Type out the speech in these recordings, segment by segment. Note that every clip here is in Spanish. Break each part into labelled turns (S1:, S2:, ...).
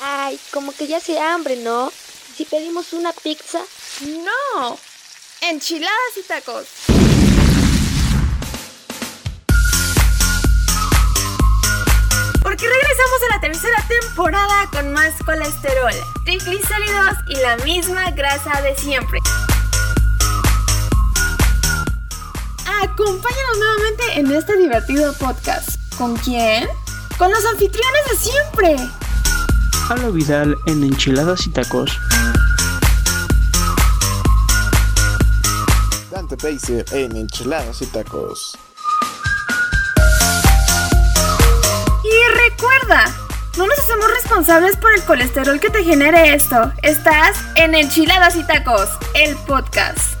S1: Ay, como que ya hace hambre, ¿no? Si pedimos una pizza.
S2: No. Enchiladas y tacos.
S3: Porque regresamos a la tercera temporada con más colesterol, triglicéridos y la misma grasa de siempre. Acompáñanos nuevamente en este divertido podcast. ¿Con quién? Con los anfitriones de siempre.
S4: Pablo Vidal en Enchiladas y Tacos.
S5: Dante Pacer en Enchiladas y Tacos.
S3: Y recuerda, no nos hacemos responsables por el colesterol que te genere esto. Estás en Enchiladas y Tacos, el podcast.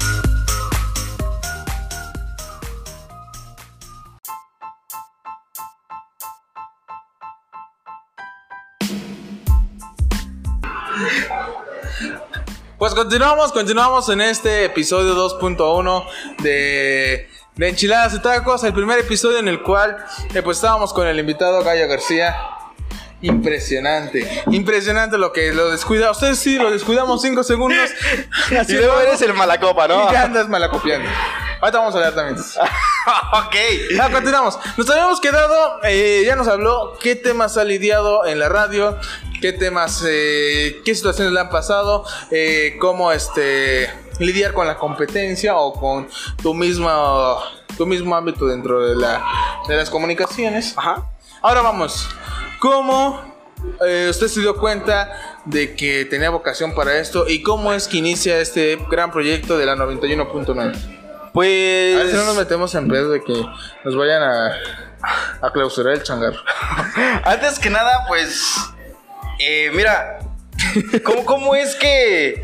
S6: Pues continuamos, continuamos en este episodio 2.1 de, de Enchiladas y Tacos, el primer episodio en el cual eh, pues estábamos con el invitado Gallo García. Impresionante, impresionante lo que lo descuida. Ustedes sí lo descuidamos 5 segundos.
S7: Y luego eres el malacopa, ¿no?
S6: Y ya andas malacopiando. Ahorita vamos a hablar también.
S7: ok.
S6: Ah, continuamos. Nos habíamos quedado, eh, ya nos habló qué temas ha lidiado en la radio, qué temas, eh, qué situaciones le han pasado, eh, cómo este lidiar con la competencia o con tu misma tu mismo ámbito dentro de la de las comunicaciones. Ajá. Ahora vamos. ¿Cómo eh, usted se dio cuenta de que tenía vocación para esto y cómo es que inicia este gran proyecto de la 91.9? A ver si no nos
S7: Pues.
S6: metemos en pedo de que nos vayan a, a clausurar el changarro.
S7: Antes que nada, pues. eh, mira. ¿cómo, ¿Cómo es que.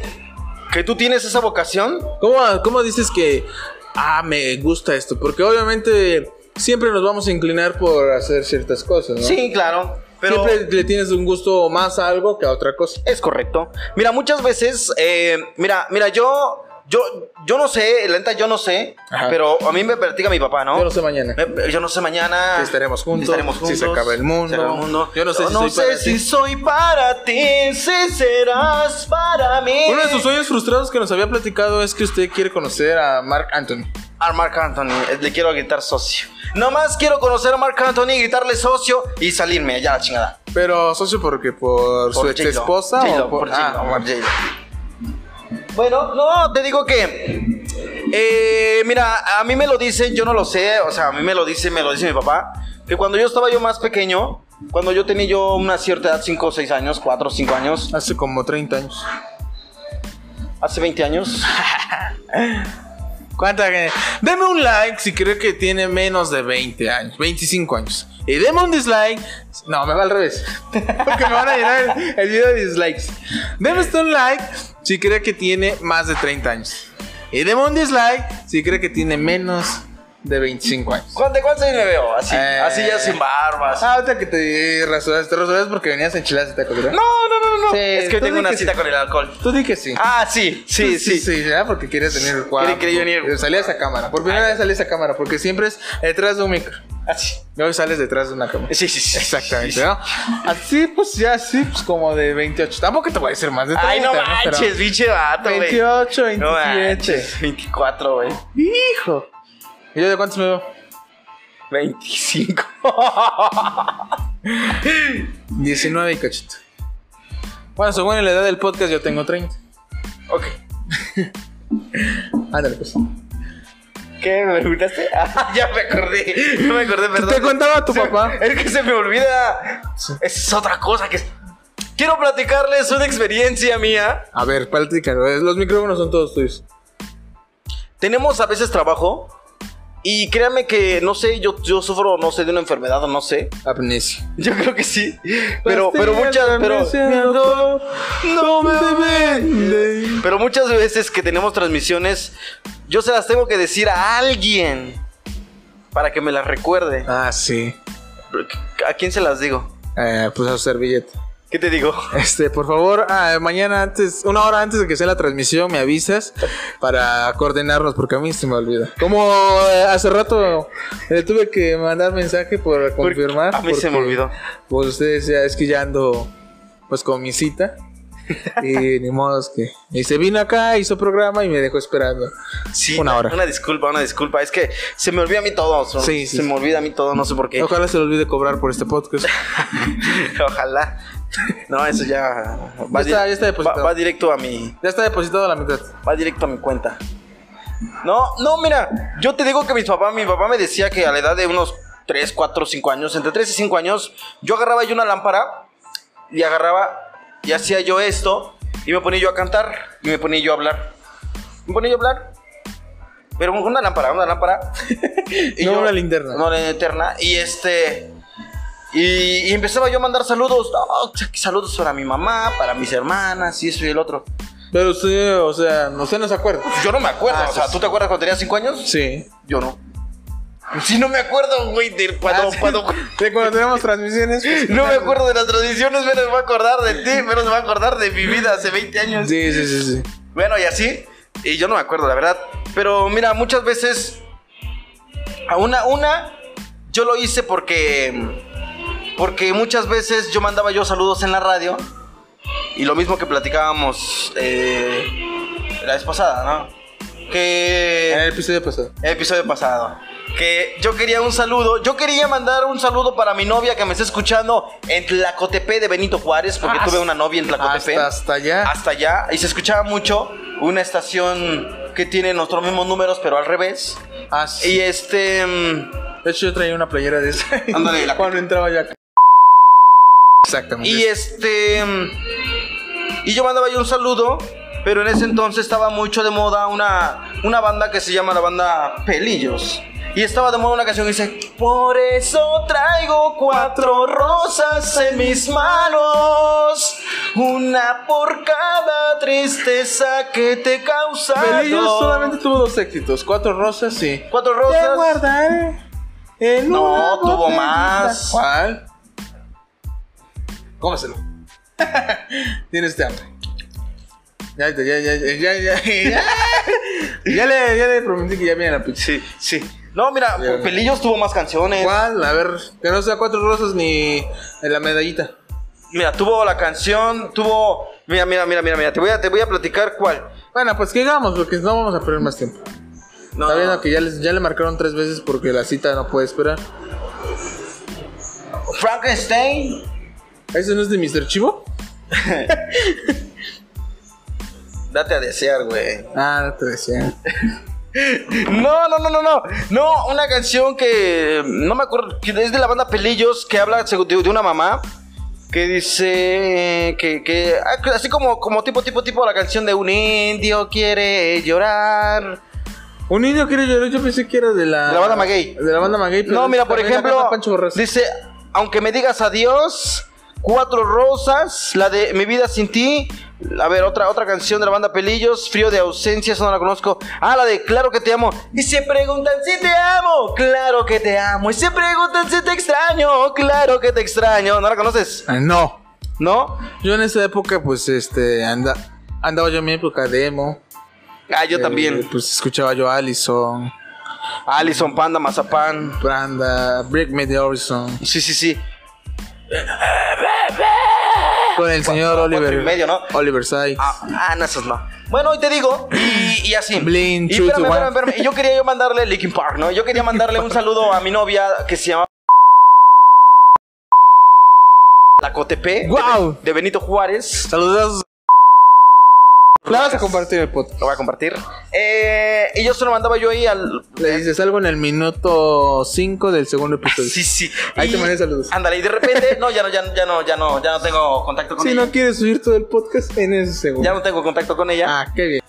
S7: que tú tienes esa vocación?
S6: ¿Cómo, cómo dices que, ah, me gusta esto? Porque obviamente siempre nos vamos a inclinar por hacer ciertas cosas, ¿no?
S7: Sí, claro. Pero.
S6: Siempre le tienes un gusto más a algo que a otra cosa.
S7: Es correcto. Mira, muchas veces, eh, mira, mira, yo, yo, yo no sé, la neta, yo no sé,
S6: Ajá.
S7: pero a mí me platica mi papá, ¿no?
S6: Yo no sé mañana.
S7: Me- yo no sé mañana.
S6: Si estaremos juntos,
S7: estaremos
S6: si
S7: juntos,
S6: se acaba el mundo.
S7: se acaba el mundo.
S6: Yo no sé si soy
S7: sé
S6: para
S7: si
S6: ti.
S7: soy para ti, si serás para mí.
S6: Uno de sus sueños frustrados que nos había platicado es que usted quiere conocer a Mark Anthony.
S7: Al Mark Anthony, eh, le quiero gritar socio. Nomás quiero conocer a Mark Anthony, gritarle socio y salirme allá a la chingada.
S6: Pero socio porque por, su
S7: Por
S6: ex
S7: J-Lo.
S6: esposa
S7: J-Lo,
S6: o por,
S7: por
S6: ah,
S7: J-Lo,
S6: bueno.
S7: por J-Lo. Bueno, no, te digo que. eh, mira, a mí me lo dicen, yo no lo sé, o sea, a mí me lo dice, me lo dice mi papá, que cuando yo estaba yo más pequeño, cuando yo tenía yo una cierta edad, 5 o 6 años, 4 o 5 años,
S6: hace como 30 años.
S7: hace 20 años,
S6: ¿Cuánta gente? Deme un like si cree que tiene menos de 20 años, 25 años. Y deme un dislike. No, me va al revés. Porque me van a llenar el, el video de dislikes. Deme usted un like si cree que tiene más de 30 años. Y deme un dislike si cree que tiene menos de 25 años.
S7: ¿cuán- ¿de cuántos años me veo? Así,
S6: Eh.
S7: así ya sin barbas.
S6: Ah, ahorita que te rasuraste, te rasuraste porque venías enchiladas y tacos, ¿verdad?
S7: No, no, no, no, no.
S6: Sí,
S7: es que
S6: tú
S7: tengo una
S6: dijiste-
S7: cita con el alcohol.
S6: Tú di que sí.
S7: Ah, sí, sí, sí.
S6: pues Sí, ¿verdad? Porque querías venir el cuadro.
S7: quería venir.
S6: Salí a esa cámara. Por primera vez salí a esa cámara porque siempre es detrás de un micro.
S7: Así.
S6: Y hoy sales detrás de una cámara.
S7: Ah, Sí, sí, sí.
S6: Exactamente, ¿no? Así, pues ya, así, pues como de 28. Tampoco te voy a decir más de 30.
S7: Ay, no
S6: Pero
S7: manches, biche vato, güey.
S6: 28, 27.
S7: No manches, 24, güey.
S6: Hijo. ¿Y yo de cuántos me veo?
S7: 25.
S6: 19 y cachito. Bueno, según la edad del podcast, yo tengo 30.
S7: ok.
S6: Ándale, pues.
S7: ¿Qué me preguntaste? Ah, ya me acordé. No me acordé, perdón.
S6: te contaba tu
S7: Se-
S6: papá.
S7: Es que se me olvida. Es otra cosa que. Quiero platicarles una experiencia mía.
S6: A ver, platícalo. eh, Los micrófonos son todos tuyos.
S7: Tenemos a veces trabajo. Y créanme que, no sé, yo, yo sufro, no sé, de una enfermedad o no sé.
S6: Apnesia.
S7: Yo creo que sí. Pero, pero muchas, pero.
S6: No me vende.
S7: Pero muchas veces que tenemos transmisiones, yo se las tengo que decir a alguien para que me las recuerde.
S6: Ah, sí.
S7: ¿A quién se las digo?
S6: Eh, pues a su servilleta.
S7: ¿Qué te digo?
S6: Este, por favor, ah, mañana antes, una hora antes de que sea la transmisión, me avisas para coordinarnos, porque a mí se me olvida. Como eh, hace rato le tuve que mandar mensaje por confirmar.
S7: a mí se me
S6: porque,
S7: olvidó.
S6: Pues usted decía, es que ya ando. pues con mi cita. Y ni modo es que. Y se vino acá, hizo programa y me dejó esperando.
S7: Sí,
S6: Una hora.
S7: Una disculpa, una disculpa. Es que se me olvida a mí todo. so-
S6: Sí, sí,
S7: se
S6: sí.
S7: me olvida a mí todo, no sé por qué.
S6: Ojalá se le olvide cobrar por este podcast.
S7: Ojalá. No, eso ya.
S6: Ya está,
S7: di-
S6: ya está depositado.
S7: va- va directo a mi.
S6: Ya está depositado la mitad.
S7: Va directo a mi cuenta. No, no, mira, yo te digo que mis papás, mi papá me decía que a la edad de unos 3, 4, 5 años, entre 3 y 5 años, yo agarraba yo una lámpara y agarraba y hacía yo esto y me ponía yo a cantar y me ponía yo a hablar. Me ponía yo a hablar. Pero una lámpara, una lámpara.
S6: No una linterna.
S7: No, una linterna. Y este... Y, y empezaba yo a mandar saludos. Oh, saludos para mi mamá, para mis hermanas y eso y el otro.
S6: Pero usted, o sea, no se nos acuerda.
S7: Yo no me acuerdo.
S6: Ah,
S7: o sea,
S6: pues-
S7: ¿tú te acuerdas cuando tenías 5 años?
S6: Sí.
S7: Yo no. Sí, no me acuerdo, güey, de
S6: Ah,
S7: cuando, cuando-
S6: De cuando tenemos transmisiones. pues,
S7: No me acuerdo de las tradiciones, menos me voy a acordar de ti, menos me voy a acordar de mi vida hace 20 años.
S6: Sí, sí, sí, sí.
S7: Bueno, y así, y yo no me acuerdo, la verdad. Pero mira, muchas veces, a una, una, yo lo hice porque, porque muchas veces yo mandaba yo saludos en la radio, y lo mismo que platicábamos eh, la vez pasada, ¿no? Que...
S6: En el episodio pasado.
S7: episodio pasado. Que yo quería un saludo. Yo quería mandar un saludo para mi novia que me está escuchando en Tlacotepe de Benito Juárez, porque tuve una novia en Tlacotepe.
S6: Hasta, hasta allá.
S7: Hasta allá. Y se escuchaba mucho una estación que tiene nuestros mismos números, pero al revés.
S6: Ah, sí.
S7: Y este. mm,
S6: De hecho, yo traía una playera de esa.
S7: Ándale, la-
S6: Cuando entraba yo acá. Exactamente.
S7: Y este. mm, Y yo mandaba yo un saludo. Pero en ese entonces estaba mucho de moda una, una banda que se llama la banda Pelillos. Y estaba de moda una canción que dice: Por eso traigo cuatro rosas en mis manos. Una por cada tristeza que te causa.
S6: Pelillos Ah, solamente tuvo dos éxitos. Cuatro rosas, sí.
S7: Cuatro rosas.
S6: Te guardaré en
S7: No,
S6: una
S7: tuvo
S6: botellita.
S7: más.
S6: ¿Cuál? Cómeselo. Tienes este hambre. Ya, ya, ya, ya, ya, ya, ya. Ya le, ya le prometí que ya viene la pizza.
S7: Sí, sí. No, mira,
S6: Bien.
S7: Pelillos tuvo más canciones.
S6: ¿Cuál? A ver, que no sea cuatro rosas ni la medallita.
S7: Mira, tuvo la canción, tuvo. Mira, mira, mira, mira, mira. Te voy a, te voy a platicar cuál.
S6: Bueno, pues que hagamos, porque no vamos a perder más tiempo.
S7: No,
S6: Está
S7: no,
S6: viendo
S7: no.
S6: que ya, les, ya le marcaron tres veces porque la cita no puede esperar.
S7: Frankenstein.
S6: ¿Eso no es de Mr. Chivo?
S7: Date a desear, güey.
S6: Ah, no te decía.
S7: No, no, no, no, no. No, una canción que no me acuerdo. Que es de la banda Pelillos que habla según- de, de una mamá. Que dice que, que- ah, que así como, como tipo, tipo, tipo la canción de un indio quiere llorar.
S6: Un niño quiere llorar, yo pensé que era de la...
S7: De la banda Maguey.
S6: De la banda Maguey. pero
S7: No, mira, por
S6: también la
S7: ejemplo,
S6: canta Pancho Borrazo.
S7: dice, aunque me digas adiós, cuatro rosas, la de Mi vida sin ti. A ver, otra, otra canción de la banda Pelillos, Frío de ausencia, esa no la conozco. Ah, la de Claro que te amo. Y se preguntan si te amo, claro que te amo. Y se preguntan si te extraño, claro que te extraño. ¿No la conoces?
S6: Ah, no.
S7: ¿No?
S6: Yo en esa época, pues, este, anda, andaba yo en mi época demo.
S7: Ah, yo
S6: Eh,
S7: también.
S6: Pues escuchaba yo Allison,
S7: Alison Panda, Mazapán.
S6: Branda, Break Me the Horizon,
S7: Sí, sí, sí.
S6: con el señor
S7: cuatro
S6: Oliver.
S7: y medio, ¿no?
S6: Oliver Sykes.
S7: Ah, ah, no, esos no. Bueno, hoy te digo, y, y así.
S6: Blink,
S7: y
S6: True to
S7: espérame,
S6: One.
S7: espérame, espérame. Y Yo quería yo mandarle Linkin Park, ¿no? Yo quería mandarle un saludo a mi novia que se llama. La Cotepe.
S6: ¡Guau!
S7: De Benito Juárez.
S6: Saludos. La vas a compartir el podcast.
S7: Lo voy a compartir. Eh, y yo se lo mandaba yo ahí al.
S6: Le dices algo en el minuto 5 del segundo episodio.
S7: Ah, Sí, sí.
S6: Ahí te
S7: Y-
S6: mandé saludos.
S7: Ándale, y de repente. No, ya no, ya, ya no, ya no, ya no tengo contacto con
S6: Si
S7: ella.
S6: no quieres subir todo el podcast en ese segundo.
S7: Ya no tengo contacto con ella.
S6: Ah, qué bien.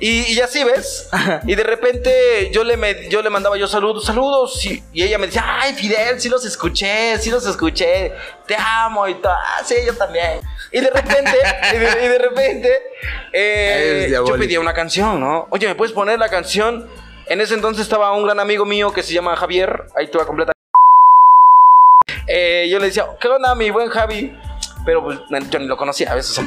S7: Y, y así ves. Y de repente yo le, me- yo le mandaba yo saludos, saludos. Y, y ella me decía, ay, Fidel, sí los escuché, sí los escuché. Te amo y todo. Ah, sí, yo también. Y de repente, y de, y de repente, eh,
S6: Es
S7: yo
S6: diabólico.
S7: pedía una canción, ¿no? Oye, ¿me puedes poner la canción? En ese entonces estaba un gran amigo mío que se llama Javier. Ahí te va a completar. Eh, yo le decía, ¿qué onda, mi buen Javi? Pero pues, yo ni lo conocía a veces.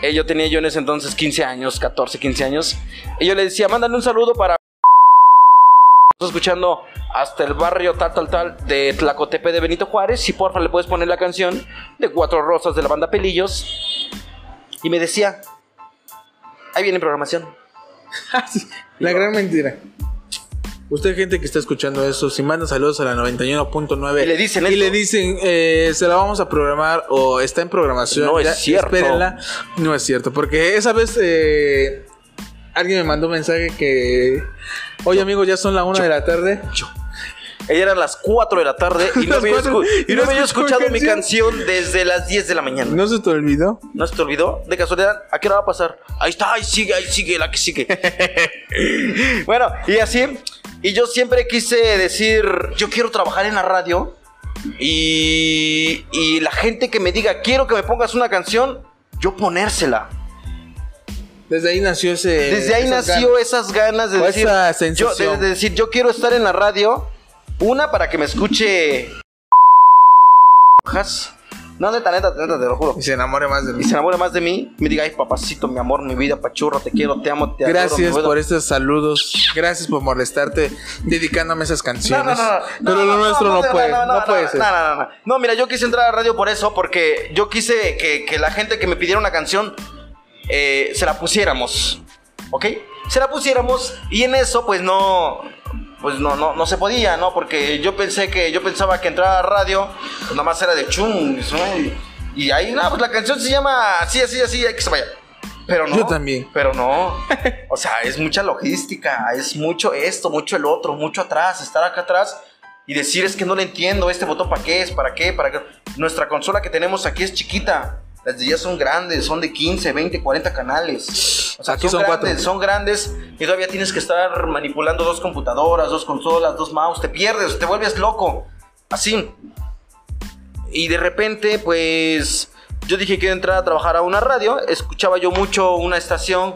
S7: Eh, yo tenía yo en ese entonces 15 años, 14, 15 años. Y yo le decía, mándale un saludo para Estás escuchando hasta el barrio tal, tal, tal de Tlacotepe de Benito Juárez. Si porfa le puedes poner la canción de Cuatro Rosas de la banda Pelillos. Y me decía, ahí viene programación. Ah,
S6: La gran mentira. Usted, gente que está escuchando eso, si manda saludos a la 91.9
S7: Y le dicen
S6: y
S7: esto.
S6: le dicen, eh, se la vamos a programar o está en programación.
S7: No es cierto.
S6: Espérenla. No es cierto, porque esa vez eh, alguien me mandó un mensaje que, oye amigos, ya son la una de la tarde.
S7: Ella eran las 4 de la tarde y no
S6: Las
S7: había,
S6: cuatro,
S7: escu- y
S6: y
S7: no
S6: no
S7: había
S6: escuchó mi
S7: escuchado mi
S6: canción.
S7: canción desde las 10 de la mañana.
S6: ¿No se te olvidó?
S7: ¿No se te olvidó? De casualidad, ¿a qué hora va a pasar? Ahí está, ahí sigue, ahí sigue, la que sigue. bueno, y así. Y yo siempre quise decir, yo quiero trabajar en la radio. Y, y la gente que me diga, quiero que me pongas una canción, yo ponérsela.
S6: Desde ahí nació ese...
S7: Desde ahí
S6: esa
S7: nació esas ganas de
S6: Eh, O
S7: decir,
S6: esa
S7: yo, de-
S6: sensación.
S7: de decir, yo quiero estar en la radio. Una para que me escuche. No, neta, neta, neta, te lo juro
S6: gana. Y se enamore más de mí.
S7: y se enamora más de mí, me diga, ay papacito, mi amor, mi vida, pachurro, te quiero, te amo, te adoro, mi
S6: Gracias
S7: vida".
S6: por estos saludos. Gracias por molestarte dedicándome esas
S7: No, no,
S6: canciones.
S7: no, no.
S6: Pero lo nuestro no, puede, no, puede ser.
S7: No, no, no, no. No, mira, yo quise entrar a la radio por eso, porque yo quise que, que la gente que me pidiera una canción eh, se la pusiéramos. ¿Ok? Se la pusiéramos y en eso, pues no. Pues no, no, no se podía, ¿no? Porque yo pensé que, yo pensaba que entrar a la radio, pues nada más era de chung. Y ahí, no, pues la canción se llama así, así, así, hay que se vaya. Pero no.
S6: Yo también.
S7: Pero no. O sea, es mucha logística, es mucho esto, mucho el otro, mucho atrás, estar acá atrás y decir es que no le entiendo, este botón para qué es, para qué, para qué. Nuestra consola que tenemos aquí es chiquita. Las de ya son grandes, son de 15, 20, 40 canales. O sea,
S6: Aquí
S7: son,
S6: son cuatro.
S7: grandes, son grandes y todavía tienes que estar manipulando dos computadoras, dos consolas, dos mouse, te pierdes, te vuelves loco. Así. Y de repente, pues yo dije quiero entrar a trabajar a una radio. Escuchaba yo mucho una estación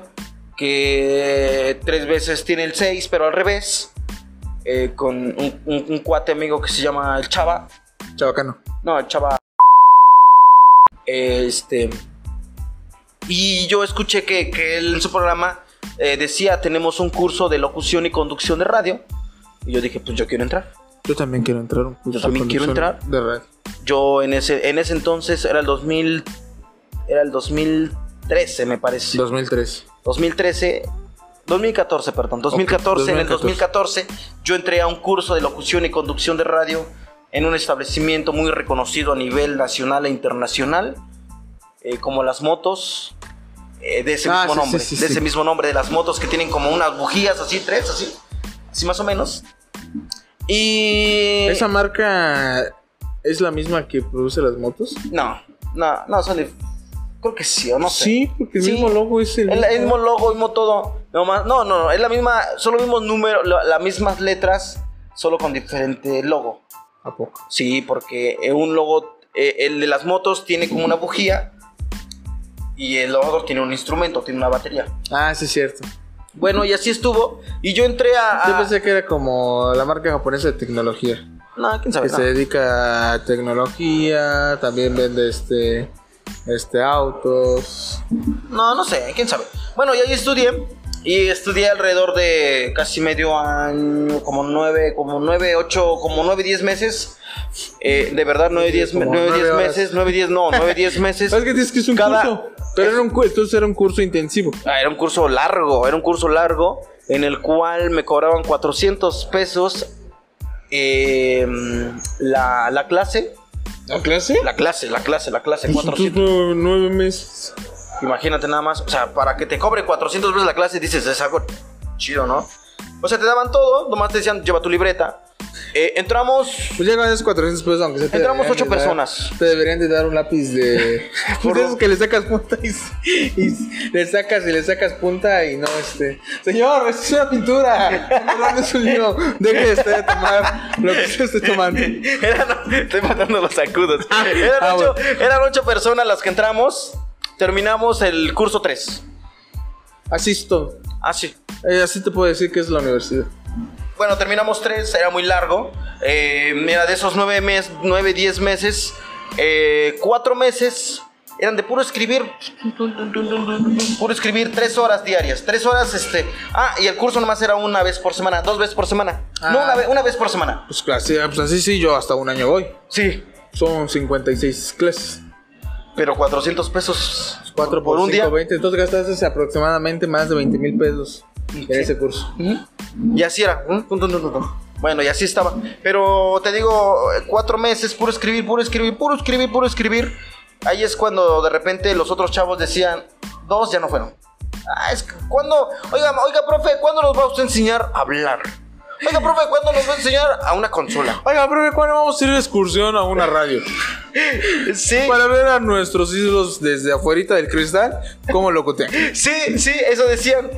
S7: que tres veces tiene el 6, pero al revés. eh, con un, un- un cuate amigo que se llama el Chava.
S6: Chabacano.
S7: No, el Chava. Este. Y yo escuché que, que él en su programa eh, decía: Tenemos un curso de locución y conducción de radio. Y yo dije: Pues yo quiero entrar.
S6: Yo también quiero entrar. a un curso
S7: Yo también
S6: de
S7: quiero
S6: conducción
S7: entrar.
S6: De radio.
S7: Yo en ese, en ese entonces era el 2000, era el 2013 me parece.
S6: 2003.
S7: 2013, 2014, perdón, 2014, en el 2014 yo entré a un curso de locución y conducción de radio en un establecimiento muy reconocido a nivel nacional e internacional, eh, como las motos, eh, de ese
S6: Ah,
S7: mismo
S6: sí,
S7: nombre,
S6: sí, sí,
S7: de
S6: sí.
S7: ese mismo nombre, de las motos que tienen como unas bujías así, tres, así, así más o menos. Y...
S6: ¿Esa marca es la misma que produce las motos?
S7: No, no, no, son dif- Creo que sí, o no sé.
S6: Sí, porque el
S7: Sí.
S6: mismo logo es el.
S7: El, el mismo logo, el mismo todo. No, más- no, no, no, es la misma, son los mismos números, la- las mismas letras, solo con diferente logo.
S6: ¿A poco?
S7: Sí, porque eh, un logo, eh, el de las motos tiene como una bujía y el otro tiene un instrumento, tiene una batería.
S6: Ah, sí, es cierto.
S7: Bueno, y así estuvo. Y yo entré a. a-
S6: Yo pensé que era como la marca japonesa de tecnología.
S7: No, quién sabe.
S6: Que
S7: no.
S6: se dedica a tecnología. También vende este. Este, autos.
S7: No, no sé, quién sabe. Bueno, y ahí estudié. Y estudié alrededor de casi medio año, como nueve, como nueve, ocho, como nueve, diez meses. Eh, de verdad, nueve, diez,
S6: como
S7: nueve,
S6: nueve
S7: diez
S6: horas.
S7: meses, nueve, diez, no, nueve, diez meses.
S6: Es que dices que es un
S7: cada-
S6: curso. Pero era un, cu- entonces era un curso intensivo.
S7: Ah, era un curso largo, era un curso largo en el cual me cobraban 400 pesos eh, la, la clase.
S6: ¿La clase?
S7: La clase, la clase, la clase,
S6: Pues
S7: 400.
S6: entonces nueve, nueve meses.
S7: Imagínate nada más, o sea, para que te cobre 400 veces la clase, dices, es algo chido, ¿no? O sea, te daban todo, nomás te decían, lleva tu libreta. Eh, entramos,
S6: Pues ya ganas 400 pesos, aunque sea te
S7: Entramos
S6: deberían
S7: ocho
S6: de dar-
S7: personas.
S6: te deberían de dar un lápiz de. Por
S7: Por-
S6: de esos que le sacas punta y, y le sacas y le sacas punta y no este. Señor, esto es una pintura. Señor, no es un libro. Deje de estar a tomar lo que se esté tomando.
S7: eran, estoy matando los sacudos. Eran,
S6: Ah,
S7: ocho, eran ocho personas las que entramos, terminamos el curso 3.
S6: Así es todo.
S7: Ah, sí.
S6: Eh, así te puedo decir que es la universidad.
S7: Bueno, terminamos tres, era muy largo. Eh, mira, de esos nueve, mes, nueve diez meses, eh, cuatro meses eran de puro escribir. Puro escribir tres horas diarias. Tres horas, este. Ah, y el curso nomás era una vez por semana, dos veces por semana. No,
S6: Ah.
S7: una, ve- una vez por semana.
S6: Pues, así, pues así sí, yo hasta un año voy.
S7: Sí,
S6: Son 56 clases.
S7: pero 400 pesos.
S6: 4 por, un día. 20. Entonces gastaste aproximadamente más de 20 mil pesos en ese curso.
S7: Y así era. ¿m? Tun, tun, tun, tun, tun. Bueno, y así estaba. Pero te digo, eh, cuatro meses, puro escribir, puro escribir, puro escribir, puro escribir. Ahí es cuando de repente los otros chavos decían, dos ya no fueron. Ah, es que, ¿cuándo? Oiga, ma- oiga, profe, ¿cuándo nos va usted a enseñar a hablar? Oiga, profe, ¿cuándo nos va a enseñar a una consola?
S6: Oiga, profe, ¿cuándo vamos a ir de excursión a una radio?
S7: Sí,
S6: Para ver a nuestros ídolos desde afuerita del cristal, cómo locotean.
S7: sí, sí, eso decían.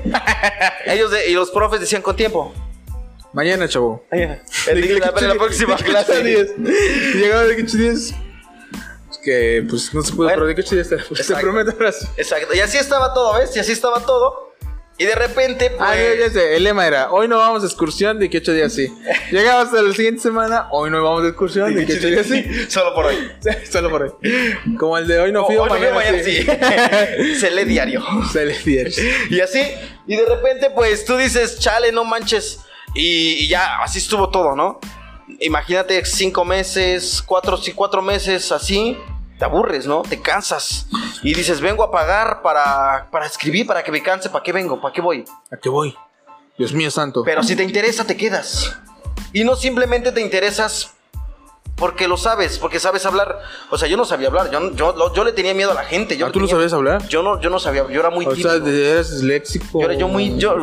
S7: Ellos de- y los profes decían con tiempo.
S6: Mañana, chavo.
S7: El- la, la próxima clase.
S6: Llegaba de 15 días. Es que, pues, no se pudo,
S7: Bueno.
S6: pero de 15 días te, pues, te
S7: Exacto.
S6: prometo ahora sí.
S7: Exacto. Y así estaba todo, ¿ves? Y así estaba todo. Y de repente, pues...
S6: Ah, ya, ya sé, el lema era, hoy no vamos de excursión, de 18 días sí. Llegabas a la siguiente semana, hoy no vamos de excursión, de 18 días sí.
S7: Solo por hoy.
S6: Solo por ahí. Como el de hoy no fui,
S7: Oh, Hoy no fui,
S6: mañana,
S7: mañana
S6: sí.
S7: sí. Se lee diario.
S6: Se les diera.
S7: Y así, y de repente, pues tú dices, chale, no manches. Y, y ya, así estuvo todo, ¿no? Imagínate cinco meses, cuatro, sí, cuatro meses así. Te aburres, ¿no? Te cansas. Y dices, vengo a pagar para, para escribir, para que me canse. ¿Para qué vengo? ¿Para qué voy?
S6: ¿A qué voy? Dios mío santo.
S7: Pero si te interesa, te quedas. Y no simplemente te interesas porque lo sabes, porque sabes hablar. O sea, yo no sabía hablar. Yo, yo, lo- yo le tenía miedo a la gente. Yo
S6: ¿Ah,
S7: le
S6: tú no
S7: tenía-
S6: sabías hablar?
S7: Yo no, yo no sabía. Yo era muy
S6: O
S7: tímido.
S6: sea, de- eres disléxico.
S7: Yo era yo muy. Yo,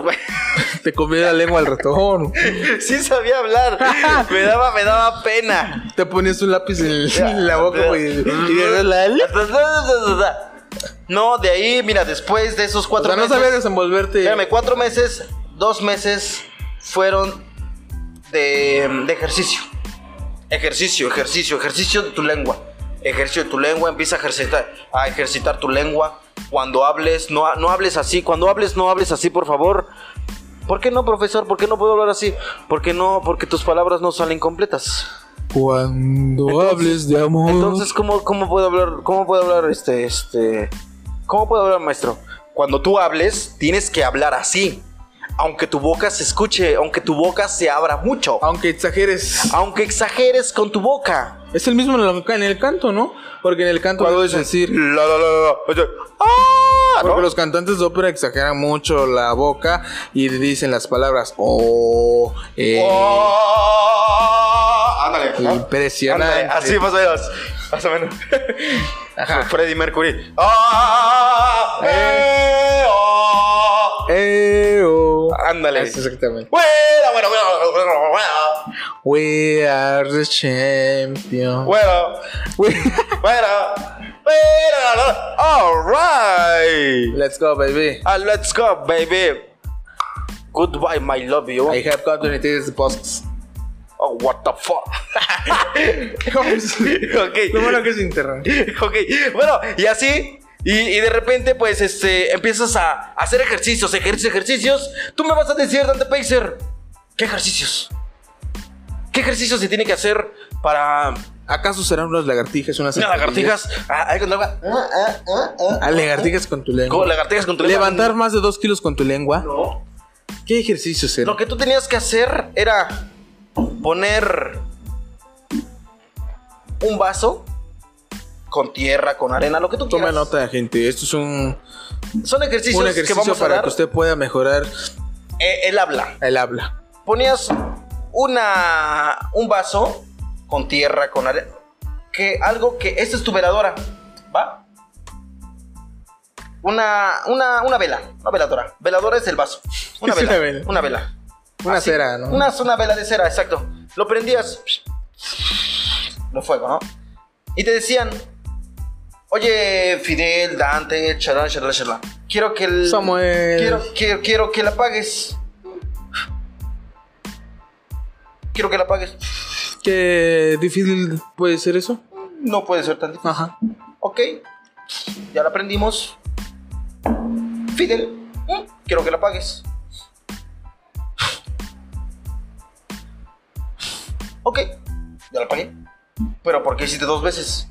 S6: Te comí la lengua al ratón.
S7: sí sabía hablar. Me daba, me daba pena.
S6: Te ponías un lápiz en, el- en la boca güey, y, de la L.
S7: No, de ahí, mira, después de esos
S6: O
S7: cuatro
S6: sea, no
S7: meses.
S6: sabías desenvolverte.
S7: Espérame, cuatro meses, dos meses fueron de, de ejercicio. Ejercicio, ejercicio, ejercicio de tu lengua. Ejercicio de tu lengua, empieza a ejercitar, a ejercitar tu lengua. Cuando hables, no, ha- no hables así. Cuando hables, no hables así, por favor. ¿Por qué no, profesor? ¿Por qué no puedo hablar así? ¿Por qué no? Porque tus palabras no salen completas.
S6: Cuando
S7: Entonces-
S6: hables de amor.
S7: Entonces, ¿cómo, cómo puedo hablar? ¿Cómo puedo hablar este, este? ¿Cómo puedo hablar, maestro? Cuando tú hables, tienes que hablar así. Aunque tu boca se escuche, aunque tu boca se abra mucho.
S6: Aunque exageres.
S7: Aunque exageres con tu boca.
S6: Es el mismo en el- en el canto, ¿no? Porque en el canto puedes decir.
S7: La, la, la, la, la. Oye, ¡ah!
S6: Porque
S7: ¿no?
S6: los cantantes de ópera exageran mucho la boca y dicen las palabras. Oh, eh,
S7: ¡Ah! Ándale. Oh, ¿no?
S6: Impresionante.
S7: Ándale, Así más o menos. Más o menos.
S6: Ajá.
S7: Freddie Mercury. ¡Ah! eh, ah.
S6: eh, oh.
S7: Ándale.
S6: Así exactamente.
S7: Bueno, bueno, bueno, bueno, bueno.
S6: We are the champions.
S7: Bueno,
S6: We-
S7: bueno, bueno. All right.
S6: Let's go, baby.
S7: Ah, let's go, baby. Goodbye, my love you.
S6: I have got 20 days posts.
S7: Oh, what the fuck. ok.
S6: Lo bueno que es internet.
S7: Ok, bueno, y así. Y, y de repente, pues, este, empiezas a hacer ejercicios, ejercicios, ejercicios. Tú me vas a decir, Dante Pacer, ¿qué ejercicios? ¿Qué ejercicios se tiene que hacer para
S6: ¿Acaso serán unas lagartijas? Unas
S7: Mira, lagartijas? Ah, ah, ah, ah, ah, ah.
S6: Ah, lagartijas con tu lengua.
S7: Con lagartijas con tu lengua.
S6: Levantar más de dos kilos con tu lengua.
S7: No.
S6: ¿Qué ejercicio será?
S7: Lo que tú tenías que hacer era poner un vaso con tierra, con arena, lo que tú
S6: Toma
S7: quieras.
S6: nota, gente. Esto es un,
S7: Son ejercicios
S6: un
S7: que
S6: ejercicio
S7: vamos a
S6: para
S7: dar.
S6: que usted pueda mejorar
S7: Eh, el habla.
S6: el habla.
S7: Ponías una un vaso con tierra, con arena, que algo que esta es tu veladora, ¿va? Una, una, una vela, una veladora. Veladora es el vaso. Una
S6: Es
S7: vela.
S6: una vela.
S7: Una vela.
S6: Una
S7: Así,
S6: cera, ¿no?
S7: Una, una vela de cera, exacto. Lo prendías. Lo fuego, ¿no? Y te decían, oye, Fidel, Dante, charla, charla, charla. Quiero que el.
S6: Samuel.
S7: Quiero, quiero, quiero que la pagues. Quiero que la pagues.
S6: ¿Qué difícil puede ser eso?
S7: No puede ser tan difícil.
S6: Ajá.
S7: Ok, ya la aprendimos. Fidel, mm, quiero que la pagues. Ok, ya la pagué. Pero ¿por qué hiciste dos veces?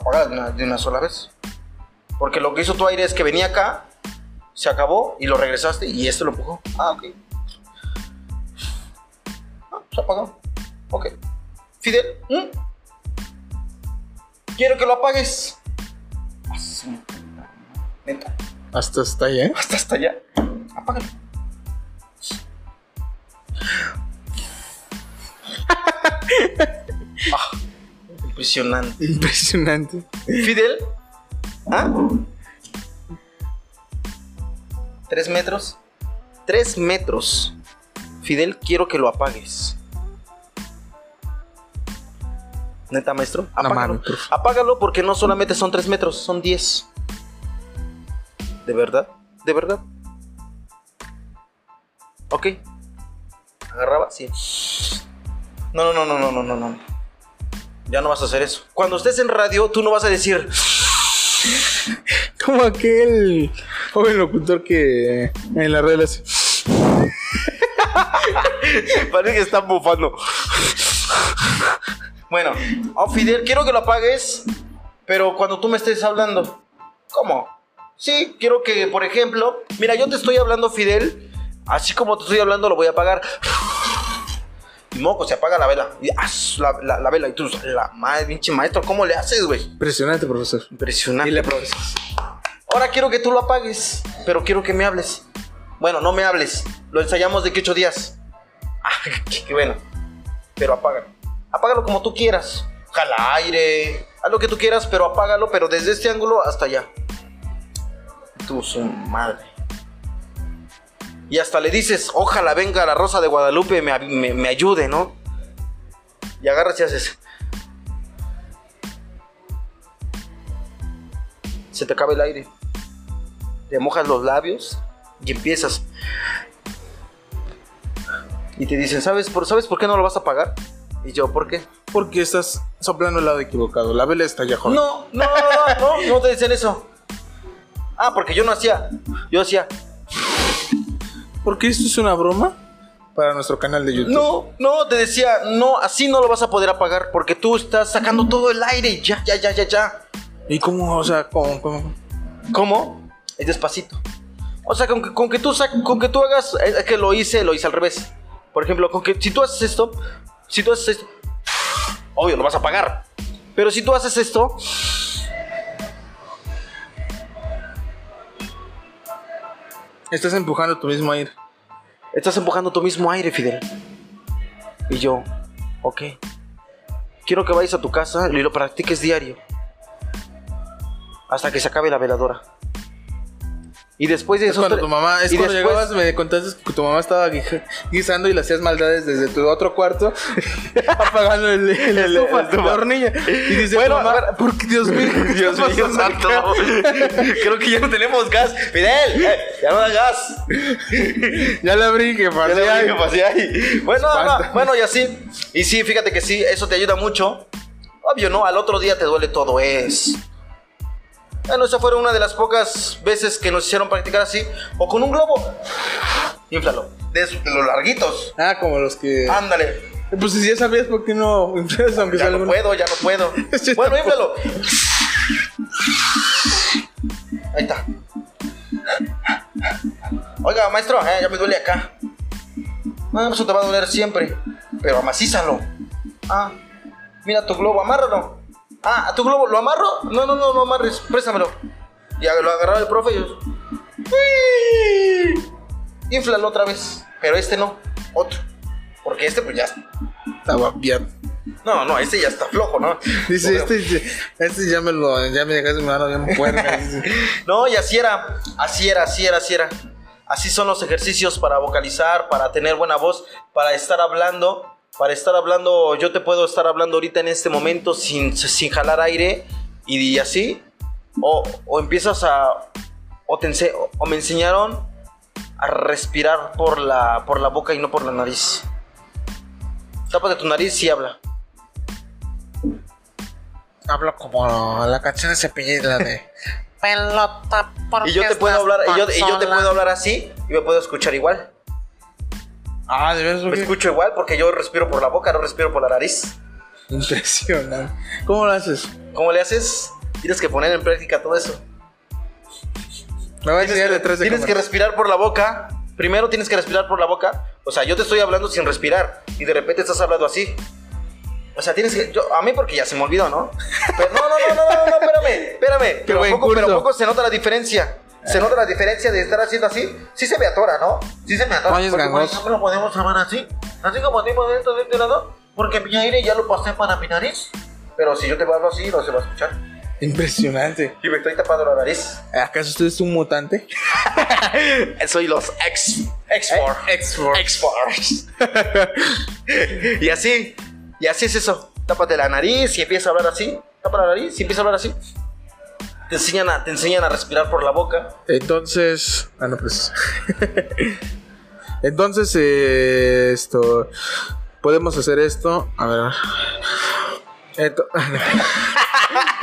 S7: apagadas de una, de una sola vez. Porque lo que hizo tu aire es que venía acá, se acabó y lo regresaste y este lo empujó. Ah, ok. Ah, se apagó. Ok. Fidel, ¿mm? quiero que lo apagues. Ah, su puta madre. Neta.
S6: Hasta está ahí, ¿eh?
S7: Hasta hasta allá. Apágalo. Ah, impresionante.
S6: Impresionante.
S7: Fidel. ¿Ah? Tres metros. Tres metros. Fidel, quiero que lo apagues. Neta, maestro.
S6: No
S7: Apágalo.
S6: mames, profe.
S7: Apágalo porque no solamente son tres metros, son diez. ¿De verdad? ¿De verdad? Ok. Agarraba, sí. No, no, no, no, no, no, no, no. Ya no vas a hacer eso. Cuando estés en radio, tú no vas a decir.
S6: Como aquel joven locutor que eh, en las redes le hace,
S7: Parece que están bufando. Bueno, oh, Fidel, quiero que lo apagues, pero cuando tú me estés hablando. ¿Cómo? Sí, quiero que, por ejemplo, mira, yo te estoy hablando, Fidel, así como te estoy hablando, lo voy a apagar. Y moco, se apaga la vela. Y, ah, la, la- la vela. Y tú, la madre, pinche maestro, ¿cómo le haces, güey?
S6: Impresionante, profesor.
S7: Impresionante.
S6: Y la profesora.
S7: Ahora quiero que tú lo apagues, pero quiero que me hables. Bueno, no me hables. Lo ensayamos de que ocho días. Ah, qué, qué bueno. Pero apágalo. Apágalo como tú quieras. Jala aire. Haz lo que tú quieras, pero apágalo, pero desde este ángulo hasta allá. Tú, su madre. Y hasta le dices, ojalá venga la Rosa de Guadalupe y me, me- me ayude, ¿no? Y agarras y haces. se te acaba el aire. Te mojas los labios y empiezas. Y te dicen, ¿sabes por, ¿sabes por qué no lo vas a pagar? Y yo, ¿por qué?
S6: Porque estás soplando al lado equivocado. La vela está ya joven.
S7: No, no, no, no, no, no te dicen eso. Ah, porque yo no hacía. Yo hacía,
S6: Porque esto es una broma para nuestro canal de YouTube.
S7: no, no, te decía, no, así no lo vas a poder apagar porque tú estás sacando todo el aire. Ya, ya, ya, ya, ya.
S6: ¿Y cómo? O sea, ¿cómo? cómo?
S7: ¿Cómo? Es despacito. O sea, con que, con que tú, sac- con que tú hagas. Es que lo hice, lo hice al revés. Por ejemplo, con que si tú haces esto. Si tú haces esto. Obvio, lo vas a pagar. Pero si tú haces esto.
S6: Estás empujando tu mismo aire.
S7: Estás empujando tu mismo aire, Fidel. Y yo, ok. Quiero que vayas a tu casa y lo practiques diario. Hasta que se acabe la veladora. Y después de
S6: Es
S7: eso.
S6: cuando tu mamá, es
S7: y
S6: cuando
S7: después-
S6: llegabas, me contaste que tu mamá estaba guij- guisando y le hacías maldades desde tu otro cuarto, apagando el, el,
S7: El-
S6: estufa,
S7: la estufa.
S6: la hornilla. Y dice,
S7: Bueno,
S6: tu mamá,
S7: a ver,
S6: ¿por qué Dios mío? ¿Qué
S7: Dios
S6: está
S7: mío,
S6: pasando
S7: santo.
S6: acá?
S7: Creo que ya no tenemos gas. Fidel, eh, ya no da gas.
S6: Ya la abrí, que
S7: Ya
S6: pasé.
S7: no da gas, ya hay. Bueno, no,
S6: Basta.
S7: bueno, y así. Y sí, fíjate que sí, eso te ayuda mucho. Obvio, ¿no? Al otro día te duele todo, es. Bueno, esa fue una de las pocas veces que nos hicieron practicar así. O con un globo. Inflalo. De, esos- de los larguitos.
S6: Ah, como los que...
S7: Ándale.
S6: Pues si ya sabías, ¿por qué no inflas aunque sea
S7: Ya no
S6: alguno?
S7: puedo, ya no puedo.
S6: Sí,
S7: bueno,
S6: tampoco.
S7: inflalo. Ahí está. Oiga, maestro, eh, ya me duele acá. No, eso te va a doler siempre. Pero amacízalo. Ah, mira tu globo, amárralo. Ah, ¿a tu globo lo amarro? No, no, no, no amarres, préstamelo. Y a- lo agarraba el profe y yo. ¡Uy! Inflalo otra vez. Pero este no, otro. Porque este, pues ya.
S6: Estaba bien.
S7: No, no, este ya está flojo, ¿no?
S6: Dice,
S7: Bueno,
S6: este, dice, este ya me lo, ya me dejaste mi mano bien puerca. dice.
S7: No, y así era, así era, así era, así era. Así son los ejercicios para vocalizar, para tener buena voz, para estar hablando, para estar hablando, yo te puedo estar hablando ahorita en este momento sin, sin jalar aire y, y así. O, o empiezas a, o, te ense- o me enseñaron a respirar por la, por la boca y no por la nariz. Tápate tu nariz y habla.
S6: Habla como la canción de Cepillín, la de...
S8: pelota porque
S7: Y yo te puedo
S8: estás
S7: hablar, y yo, y yo te
S8: sola.
S7: puedo hablar así y me puedo escuchar igual.
S6: Ah, de veras,
S7: Me
S6: ok.
S7: escucho igual porque yo respiro por la boca, no respiro por la nariz.
S6: Impresionante. ¿Cómo lo haces?
S7: ¿Cómo le haces? Tienes que poner en práctica todo eso.
S6: Me voy a
S7: Tienes,
S6: enseñar
S7: que,
S6: detrás de
S7: tienes que
S6: cámara.
S7: respirar por la boca. Primero tienes que respirar por la boca. O sea, yo te estoy hablando sin respirar y de repente estás hablando así. O sea, tienes que. yo- a mí porque ya se me olvidó, ¿no? Pero, no, no, no, no, no, no, espérame, espérame. Pero
S6: buen
S7: poco, pero
S6: curso.
S7: poco se nota la diferencia. Se nota la diferencia de estar haciendo así. Sí se me atora, ¿no? Sí se me atora.
S6: Oye, es
S7: Porque, por
S6: gangoso.
S7: ejemplo, podemos hablar así. Así como tengo dentro de este lado. Porque mi aire ya lo pasé para mi nariz. Pero si yo te hablo así, no se va a escuchar.
S6: Impresionante.
S7: Y me estoy tapando la nariz.
S6: ¿Acaso usted es un mutante?
S7: Soy los ex. X4.
S6: Export.
S7: y así, y así es eso. Tápate la nariz y empieza a hablar así. Tapa la nariz y empieza a hablar así. Te enseñan a, te enseñan a respirar por la boca.
S6: Entonces. Ah, no, pues. Entonces, eh, esto. Podemos hacer esto. A ver. a ver. Esto-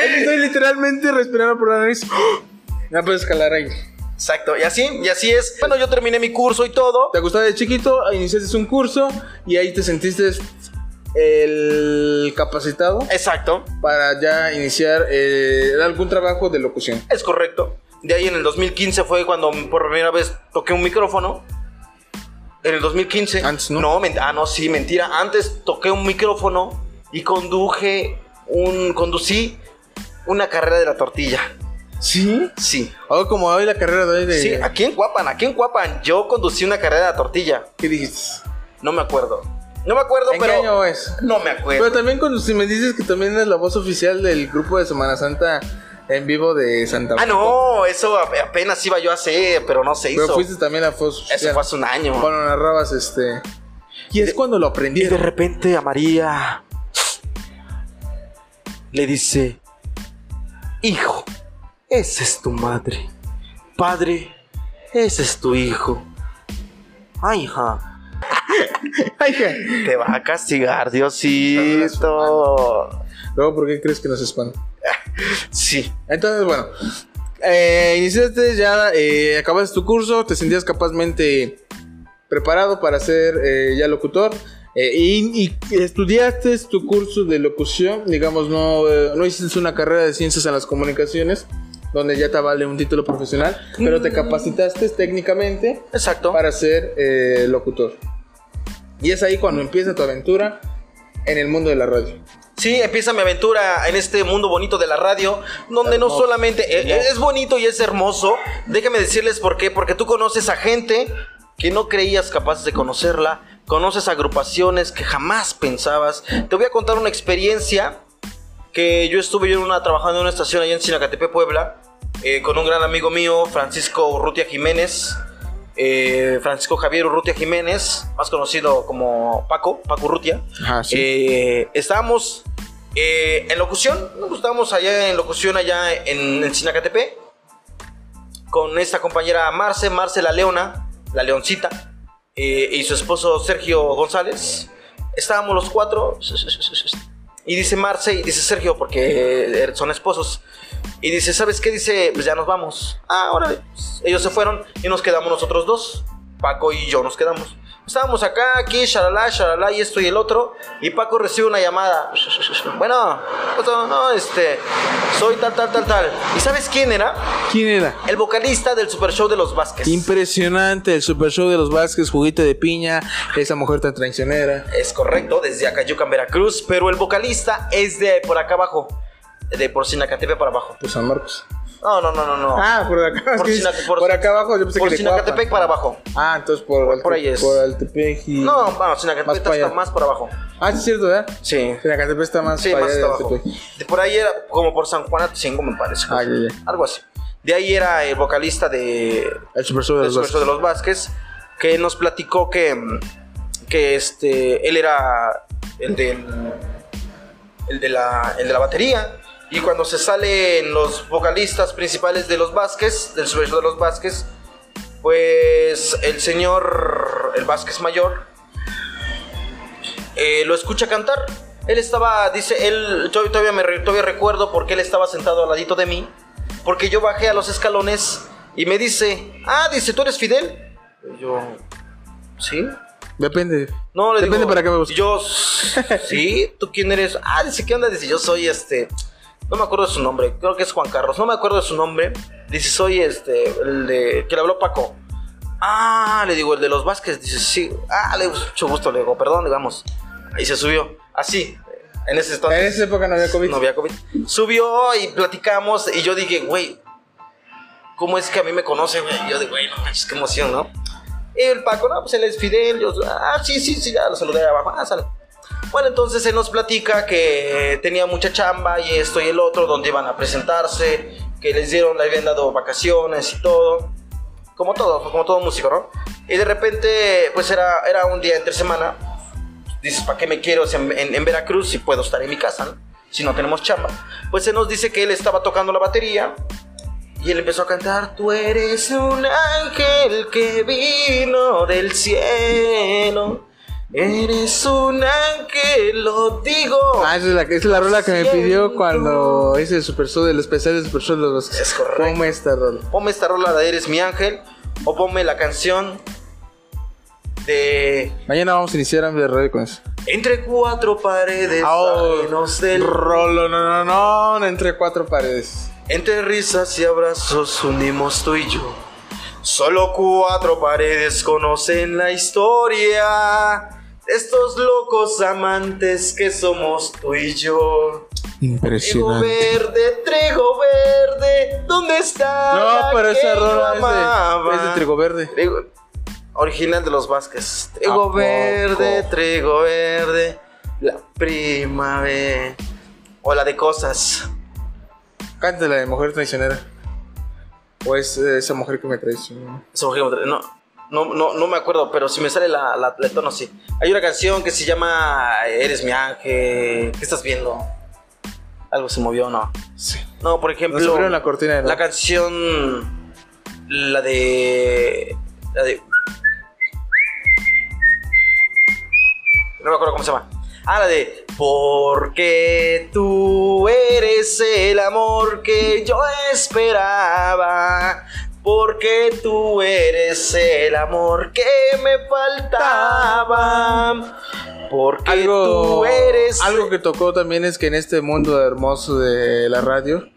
S6: Estoy literalmente respirando por la nariz. Ya puedes escalar ahí.
S7: Exacto, y así, y así es. Bueno, yo terminé mi curso y todo.
S6: ¿Te gustaba de chiquito? Iniciaste un curso y ahí te sentiste el capacitado
S7: Exacto,
S6: para ya iniciar eh, algún trabajo de locución.
S7: es correcto. De ahí en el 2015 fue cuando por primera vez toqué un micrófono. En el 2015.
S6: Antes, ¿no?
S7: men- ah, no, sí, mentira. Antes toqué un micrófono y conduje un. conducí una carrera de la tortilla.
S6: ¿Sí?
S7: Sí.
S6: Algo como hoy la carrera de hoy de...
S7: Sí, aquí en Cuapan, aquí en Cuapan, yo conducí una carrera de tortilla.
S6: ¿Qué dijiste?
S7: No me acuerdo. No me acuerdo,
S6: ¿En
S7: pero.
S6: qué año es?
S7: No me
S6: Pero
S7: acuerdo.
S6: también cuando si me dices que también es la voz oficial del grupo de Semana Santa en vivo de Santa
S7: Ah, no, eso a- apenas iba yo a hacer, pero no se hizo.
S6: Pero fuiste también la voz oficial.
S7: Eso fue hace un año.
S6: Cuando narrabas este... Y es
S7: De-
S6: cuando lo aprendí.
S7: Y de repente a María le dice, hijo, esa es tu madre. Padre, ese es tu hijo. Ay, hija.
S6: Ay, ja.
S7: Te va a castigar, Diosito.
S6: Luego, ¿por qué crees que nos espanta?
S7: Sí.
S6: Entonces, bueno, eh, iniciaste ya, eh, acabaste tu curso, te sentías capazmente preparado para ser eh, ya locutor eh, y, y estudiaste tu curso de locución, digamos, no, eh, no hiciste una carrera de ciencias en las comunicaciones, donde ya te vale un título profesional, pero te capacitaste técnicamente
S7: Exacto.
S6: para ser eh, locutor. Y es ahí cuando empieza tu aventura en el mundo de la radio.
S7: Sí, empieza mi aventura en este mundo bonito de la radio, donde no solamente e- e- es, bonito y es hermoso. Déjame decirles por qué, porque tú conoces a gente que no creías capaz de conocerla, conoces agrupaciones que jamás pensabas. Te voy a contar una experiencia que yo estuve yo en una, trabajando en una estación allá en Sinacatepec, Puebla, eh, con un gran amigo mío, Francisco Urrutia Jiménez, eh, Francisco Javier Urrutia Jiménez, más conocido como Paco, Paco Urrutia.
S6: Ajá,
S7: Eh, estábamos eh, en locución, nos estábamos allá en locución allá en, en Sinacatepec con esta compañera Marce, Marce la Leona, la Leoncita, eh, y su esposo Sergio González. Estábamos los cuatro. Y dice Marce y dice Sergio, porque eh, son esposos. Y dice, ¿sabes qué? Dice, pues ya nos vamos. Ah, órale. Pues, Ellos se fueron y nos quedamos nosotros dos. Paco y yo nos quedamos. Estábamos acá, aquí, shalala, shalala, y esto y el otro. Y Paco recibe una llamada. Bueno, pues, no, no, este, soy tal, tal, tal, tal. ¿Y sabes quién era?
S6: ¿Quién era?
S7: El vocalista del Super Show de los Vázquez.
S6: Impresionante, el super show de los Vázquez, juguito de piña, esa mujer tan traicionera.
S7: es correcto, desde Acayucan, Veracruz, pero el vocalista es de por acá abajo, de por Sinacatepe para abajo.
S6: Pues San Marcos.
S7: No, no, no, no, no.
S6: Ah, por acá.
S7: Por
S6: es que
S7: Sinac-
S6: dices,
S7: por-
S6: por acá abajo, yo pensé
S7: por
S6: que de Cuapa.
S7: Sinacatepec para abajo.
S6: Ah, entonces por,
S7: Por- por
S6: Alte-
S7: ahí es.
S6: Por Altepec y-
S7: No, bueno,
S6: Más
S7: Sinacatepec
S6: para
S7: está
S6: allá.
S7: más para abajo.
S6: Ah, sí, es cierto, ¿verdad?
S7: Sí.
S6: Sinacatepec está más
S7: Sí,
S6: para
S7: más
S6: allá pues. de
S7: hasta abajo.
S6: Altepec.
S7: De por ahí era como por San Juan Atzingo, me parece.
S6: Ah, ya, ya.
S7: Algo así. De ahí era el vocalista de
S6: El super show de
S7: del
S6: los Vázquez.
S7: esfuerzo de los Vázquez, que nos platicó que, mm, que este, él era el, del, el, de la, el de la batería. Y cuando se salen los vocalistas principales de los Vázquez, del esfuerzo de los Vázquez, pues el señor, el Vázquez mayor, eh, lo escucha cantar. Él estaba, dice, él, yo todavía, me, re- todavía recuerdo porque él estaba sentado al ladito de mí, porque yo bajé a los escalones y me dice, ah, dice, ¿tú eres Fidel? Y Yo, ¿sí?
S6: Depende.
S7: No, le
S6: Depende
S7: digo,
S6: para qué me busques.
S7: Yo, ¿sí? ¿Tú quién eres? Ah, dice, ¿qué onda? Dice, yo soy este, no me acuerdo de su nombre, creo que es Juan Carlos, no me acuerdo de su nombre. Dice, soy este, el de, que le habló Paco. Ah, le digo, el de los Vázquez. Dice, sí. Ah, le digo, mucho gusto, le digo, perdón, digamos. Ahí se subió, así, en ese entonces.
S6: En esa época no había COVID.
S7: No había COVID. Subió y platicamos y yo dije, güey, ¿cómo es que a mí me conoce, güey? Y yo de, güey, no manches, qué emoción, ¿no? Y el Paco, no, pues él es Fidel. Yo, ah, sí, sí, sí, ya lo saludé de abajo. Ah, sale. Bueno, entonces él nos platica que tenía mucha chamba y esto y el otro, donde iban a presentarse, que les dieron, le habían dado vacaciones y todo. Como todo, como todo músico, ¿no? Y de repente, pues era, era un día entre semana. Dices, ¿para qué me quiero en, en- en Veracruz si puedo estar en mi casa, ¿no? Si no tenemos chamba. Pues él nos dice que él estaba tocando la batería y él empezó a cantar, tú eres un ángel que vino del cielo. Eres un ángel, lo digo.
S6: Ah, esa es la, esa es la rola que me
S7: Siento.
S6: pidió cuando hice el Super Show, el especial de Super Show de los Vázquez.
S7: Es correcto.
S6: Ponme esta rola.
S7: Ponme esta rola de Eres mi ángel o ponme la canción de
S6: Mañana vamos a iniciar Ambiente Radio con eso.
S7: Entre cuatro paredes
S6: Oh,
S7: ajenos del
S6: Rolo, no, no, no, entre cuatro paredes.
S7: Entre risas y abrazos unimos tú y yo. Solo cuatro paredes conocen la historia de estos locos amantes que somos tú y yo. Trigo
S6: Impresionante.
S7: verde, trigo verde, ¿dónde está?
S6: No,
S7: la
S6: pero
S7: que
S6: esa
S7: yo
S6: rola es de-
S7: amaba?
S6: es de, Trigo Verde.
S7: Trigo- original de los Vázquez.
S6: ¿A
S7: Trigo
S6: poco?
S7: verde, trigo verde, la primavera. O la de cosas.
S6: Cántala de Mujer Traicionera. O es eh, esa mujer que me traicionó.
S7: Esa mujer que me tra- No, no, no, no me acuerdo, pero si me sale la, la, la tono, sí. Hay una canción que se llama Eres mi ángel. ¿Qué estás viendo? Algo se movió, ¿no?
S6: Sí.
S7: No, por ejemplo.
S6: Nos abrieron la cortina de
S7: La
S6: la-
S7: canción. La de. La de. No me acuerdo cómo se llama. Ah, la de. Porque tú eres el amor que yo esperaba. Porque tú eres el amor que me faltaba. Porque
S6: Algo,
S7: tú eres. eh,
S6: algo que tocó también es que en este mundo hermoso de la radio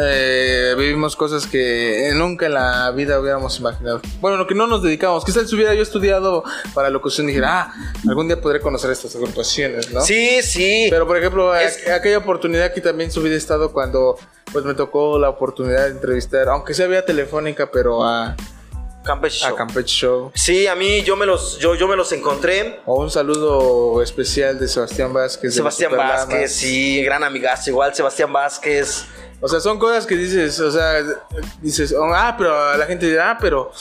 S6: eh, vivimos cosas que nunca en la vida hubiéramos imaginado. Bueno, lo que no nos dedicamos. Quizás hubiera yo estudiado para locución y dijera, ah, algún día podré conocer estas agrupaciones, ¿no?
S7: Sí, sí.
S6: Pero por ejemplo, a-
S7: Es-
S6: aquella oportunidad que también subí de estado cuando pues me tocó la oportunidad de entrevistar, aunque sea vía telefónica, pero a,
S7: Campeche
S6: a
S7: Show.
S6: Campeche Show.
S7: Sí, a mí yo me los, yo, yo me los encontré.
S6: O un saludo especial de Sebastián Vázquez. de
S7: Sebastián
S6: Super Lamas.
S7: Vázquez, sí, gran amigazo, igual Sebastián Vázquez.
S6: O sea, son cosas que dices, o sea, dices, oh, ah, pero la gente dirá, ah, pero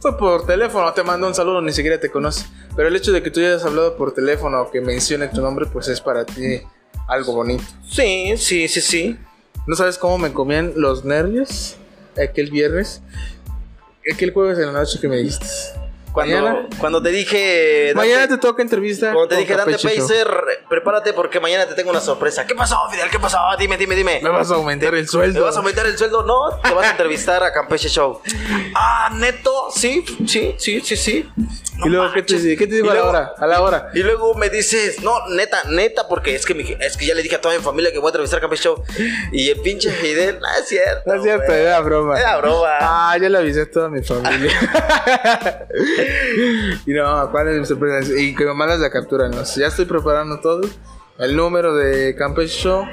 S6: fue por teléfono, te mandó un saludo, ni siquiera te conoce. Pero el hecho de que tú hayas hablado por teléfono o que mencione tu nombre, pues es para ti algo bonito.
S7: Sí, sí, sí, sí.
S6: ¿No sabes cómo me comían los nervios aquel viernes? Aquel jueves en la noche que me dijiste.
S7: Cuando,
S6: Mañana.
S7: cuando te dije. Dante-
S6: Mañana te toca entrevista.
S7: Cuando te
S6: con
S7: dije, Dante
S6: Capecho Show.
S7: Pacer, prepárate porque mañana te tengo una sorpresa. ¿Qué pasó, Fidel? ¿Qué pasó? Dime, dime, dime.
S6: Me vas a aumentar el sueldo.
S7: ¿Me vas a aumentar el sueldo? No, te vas a entrevistar a Campeche Show. Ah, neto, sí, sí, sí, sí, sí.
S6: ¿Y luego qué te,
S7: manches.
S6: ¿qué te digo
S7: Y
S6: a la
S7: luego-
S6: hora? A la hora.
S7: Y luego me dices, no, neta, neta, porque es que, mi- es que ya le dije a toda mi familia que voy a atravesar Campeche Show. Y el pinche Fidel, no es cierto.
S6: No es cierto,
S7: güey. Eh,
S6: era broma.
S7: Era broma.
S6: Ah, yo le avisé a toda mi familia. y no, ¿cuál es mi sorpresa? Y que me mandas la captura, ¿no? Ya estoy preparando todo. El número de Campeche Show.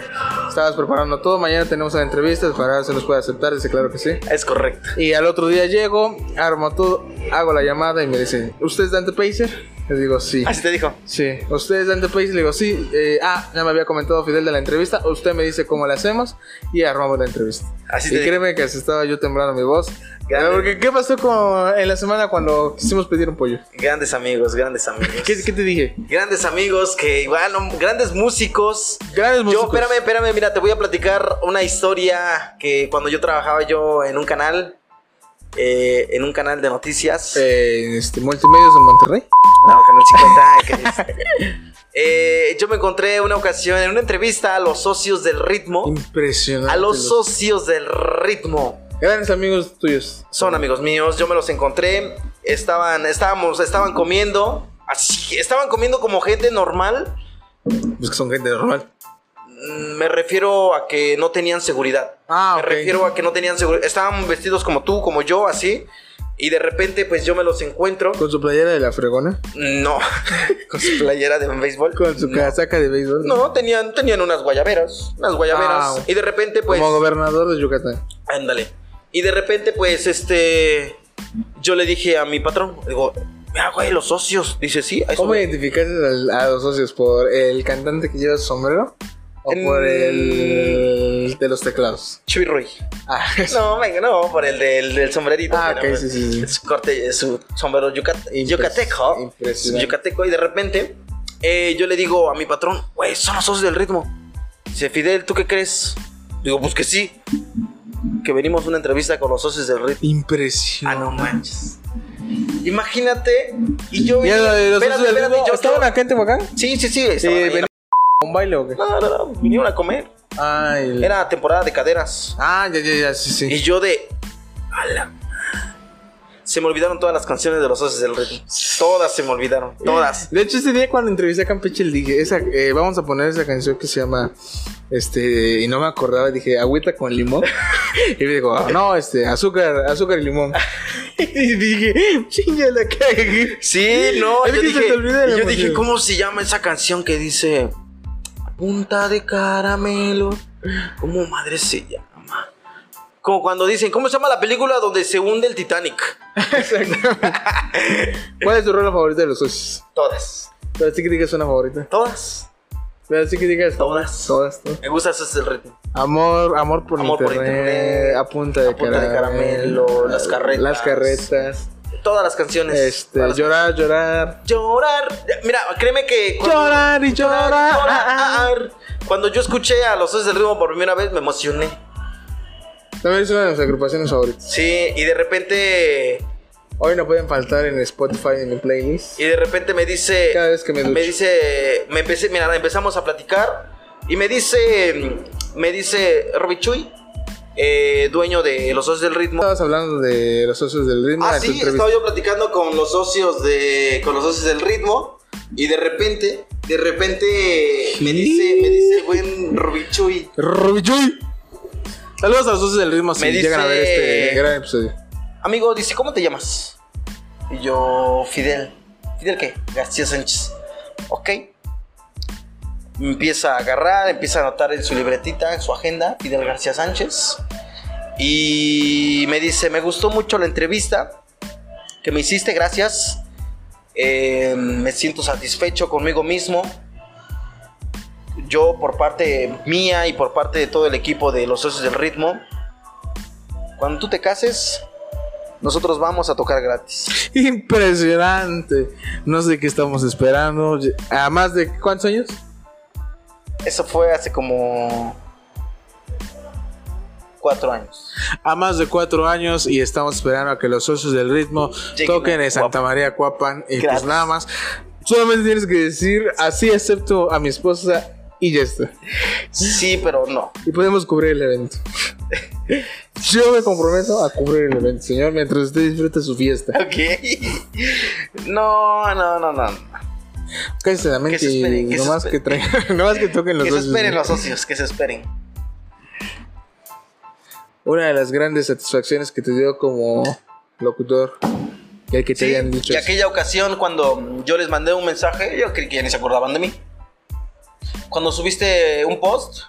S6: Estabas preparando todo. Mañana tenemos la entrevista. Ojalá se nos puede aceptar. Dice, claro que sí.
S7: Es correcto.
S6: Y al otro día llego, armo todo, hago la llamada y me dicen, ¿usted es Dante Pacer? Le digo, sí.
S7: Así te dijo.
S6: Sí, ¿usted es Dante Pacer? Le digo, sí. Eh, ah, ya me había comentado Fidel de la entrevista. Usted me dice cómo la hacemos y armamos la entrevista.
S7: Así
S6: y
S7: te digo.
S6: créeme que se estaba yo temblando mi voz.
S7: Grande.
S6: Porque, ¿qué pasó con, en la semana cuando quisimos pedir un pollo?
S7: Grandes amigos, grandes amigos.
S6: ¿Qué, qué te dije?
S7: Grandes amigos que igual, no- grandes músicos.
S6: Grandes
S7: Yo,
S6: músicos.
S7: espérame, espérame, mira, te voy a platicar una historia que cuando yo trabajaba yo en un canal, eh, en un canal de noticias,
S6: Eh, este, multimedios de Monterrey.
S7: no, Canal 50, que es- eh, yo me encontré una ocasión en una entrevista a los socios del ritmo,
S6: Impresionante.
S7: a los socios del ritmo,
S6: Grandes amigos tuyos.
S7: son amigos míos, yo me los encontré, estaban, estábamos, estaban comiendo, así, estaban comiendo como gente normal,
S6: Pues que son gente normal.
S7: mm, me refiero a que no tenían seguridad.
S6: Ah,
S7: Me
S6: ok.
S7: refiero a que no tenían seguridad. Estaban vestidos como tú, como yo, así. Y de repente, pues yo me los encuentro.
S6: Con su playera de la fregona.
S7: No, con su playera de béisbol.
S6: Con su
S7: No.
S6: casaca de béisbol.
S7: No, tenían, tenían unas guayaberas. Unas guayaberas.
S6: Ah,
S7: y de repente, pues.
S6: Como gobernador de Yucatán.
S7: Ándale. Y de repente, pues, este. Yo le dije a mi patrón, digo, mira, güey, los socios. Dice, sí, ahí
S6: ¿Cómo
S7: son".
S6: identificaste al- a los socios? ¿Por el cantante que lleva su sombrero? ¿O
S7: En-
S6: por el de los teclados?
S7: Chuy Ruiz.
S6: Ah,
S7: No, venga, no, por el del, del sombrerito.
S6: Ah,
S7: pero,
S6: ok, sí, sí, sí.
S7: Su corte, su sombrero yucat
S6: Impres-
S7: yucateco.
S6: impresionante.
S7: Yucateco, y de repente, eh, yo le digo a mi patrón, güey, son los socios del ritmo. Dice, Fidel, ¿tú qué crees? Digo, pues que sí. Que venimos a una entrevista con los socios del ritmo. Ah,
S6: Impresionante.
S7: no manches. Imagínate, y yo.
S6: Ah, Mira,
S7: venía-
S6: los
S7: espérate,
S6: socios del
S7: espérate,
S6: grupo,
S7: yo
S6: ¿Estaban
S7: estaba-
S6: acá en Tehuacán?
S7: Sí, sí, sí.
S6: Sí,
S7: estaban ahí en la-
S6: venía un baile o qué?
S7: No, no, no, vinieron a comer.
S6: Ah, el-
S7: Era temporada de caderas.
S6: ah, ya, ya, ya, sí, sí.
S7: Y yo de. ala. Se me olvidaron todas las canciones de los haces del ritmo. Todas se me olvidaron. Todas.
S6: De hecho, ese día cuando entrevisté a Campeche, le dije, esa, eh, vamos a poner esa canción que se llama, este, y no me acordaba, dije, agüita con limón. y me dijo, "Ah, no, este, azúcar, azúcar y limón. y dije, chinga la cagué.
S7: Sí, no.
S6: Es
S7: yo
S6: que se
S7: dije,
S6: te olvida la
S7: yo dije,
S6: emoción.
S7: ¿cómo se llama esa canción que dice. Punta de caramelo? ¿Cómo madre se llama? Como cuando dicen, ¿cómo se llama la película donde se hunde el Titanic?
S6: ¿Cuál es tu rola favorita de los socios?
S7: Todas.
S6: Pero sí que digas una favorita.
S7: Todas.
S6: Pero sí que digas
S7: Todas.
S6: Todas, todas.
S7: Me gusta haces del ritmo.
S6: Amor, amor por
S7: Amor por
S6: internet,
S7: internet,
S6: a punta de,
S7: a punta de caramelo, las carretas.
S6: las carretas,
S7: Todas las canciones.
S6: este,
S7: Todas las-
S6: llorar, llorar.
S7: Llorar. Mira, créeme que. cuando-
S6: Llorar ah, y llorar.
S7: Llorar. Cuando yo escuché a los Socios del Ritmo por primera vez, me emocioné.
S6: ah. También es una de mis agrupaciones favoritas.
S7: Sí, y de repente.
S6: Hoy no pueden faltar en Spotify en mi playlist.
S7: Y de repente me dice.
S6: Cada vez que me ducho.
S7: dice. Me empecé, mira, empezamos a platicar. Y me dice. Me dice Robichuy, eh, dueño de los Socios del Ritmo.
S6: Estabas hablando de los socios del ritmo.
S7: Ah,
S6: en tu
S7: sí,
S6: entrevista.
S7: estaba yo platicando con los socios de. con los socios del ritmo. Y de repente, de repente me dice, me dice el buen Rubichuy.
S6: Rubichuy. Saludos a los socios del ritmo si
S7: Me
S6: llegan a ver
S7: dice-
S6: este gran episodio.
S7: Amigo, dice, ¿cómo te llamas? Y yo, Fidel. ¿Fidel qué? García Sánchez. Ok. Me Empieza a agarrar, empieza a anotar en su libretita, en su agenda, Fidel García Sánchez. Y me dice, me gustó mucho la entrevista que me hiciste, gracias. Eh, me siento satisfecho conmigo mismo. Yo por parte mía y por parte de todo el equipo de los socios del ritmo. Cuando tú te cases, nosotros vamos a tocar gratis.
S6: Impresionante. No sé qué estamos esperando. ¿A más de cuántos años?
S7: Eso fue hace como cuatro años.
S6: A más de cuatro años y estamos esperando a que los socios del ritmo
S7: Lleguen
S6: toquen
S7: a
S6: en Santa
S7: Cuapan.
S6: María Cuapan. Y
S7: Gratis.
S6: pues nada más. Solamente tienes que decir así acepto a mi esposa y ya está.
S7: Sí, pero no.
S6: y podemos cubrir el evento. Yo me comprometo a cubrir el evento, señor, mientras usted disfrute su fiesta.
S7: Ok. No, no, no, no.
S6: Cállese la mente
S7: Que se espere,
S6: y
S7: que se
S6: nomás que
S7: espere.
S6: traigan, nomás que toquen los
S7: Que se
S6: dos.
S7: esperen los socios, que se esperen.
S6: Una de las grandes satisfacciones que te dio como locutor y el que te
S7: Sí,
S6: hayan dicho.
S7: y
S6: eso.
S7: aquella ocasión cuando yo les mandé un mensaje, yo creí que ya ni se acordaban de mí. Cuando subiste un post,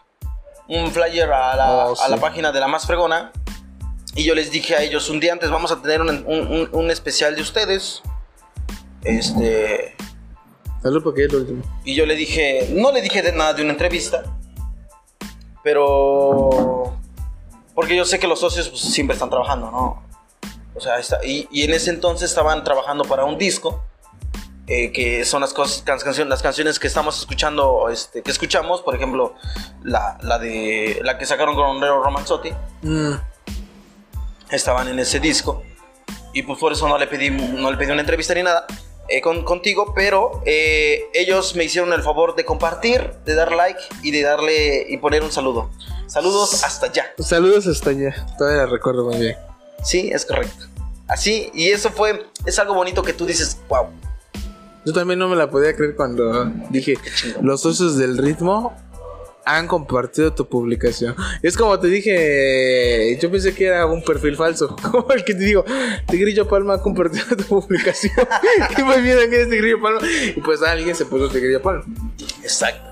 S7: un flyer a la,
S6: Oh,
S7: a la
S6: sí.
S7: página de la más fregona, y yo les dije a ellos un día antes, vamos a tener un, un- un- un especial de ustedes. Este,
S6: Salud porque es lo último.
S7: y yo le dije, no le dije de nada de una entrevista, pero... Porque yo sé que los socios pues, siempre están trabajando, ¿no? O sea, está- y, y en ese entonces estaban trabajando para un disco, eh, que son las, cosas, las, canciones, las canciones que estamos escuchando, este, que escuchamos, por ejemplo, la, la, de, la que sacaron con Romero Romanzotti, Mm. estaban en ese disco. Y pues por eso no le pedí, no le pedí una entrevista ni nada eh, con, contigo, pero eh, ellos me hicieron el favor de compartir, de dar like y de darle y poner un saludo. Saludos hasta allá.
S6: Saludos hasta allá, todavía la recuerdo muy bien.
S7: Sí, es correcto. Así, y eso fue, es algo bonito que tú dices, wow,
S6: Yo también no me la podía creer cuando dije, los socios del ritmo han compartido tu publicación. Es como te dije, yo pensé que era un perfil falso. Como el que te digo, Tigrillo Palma ha compartido tu publicación. y pues mira que es Tigrillo Palma. Y pues alguien se puso Tigrillo Palma.
S7: Exacto.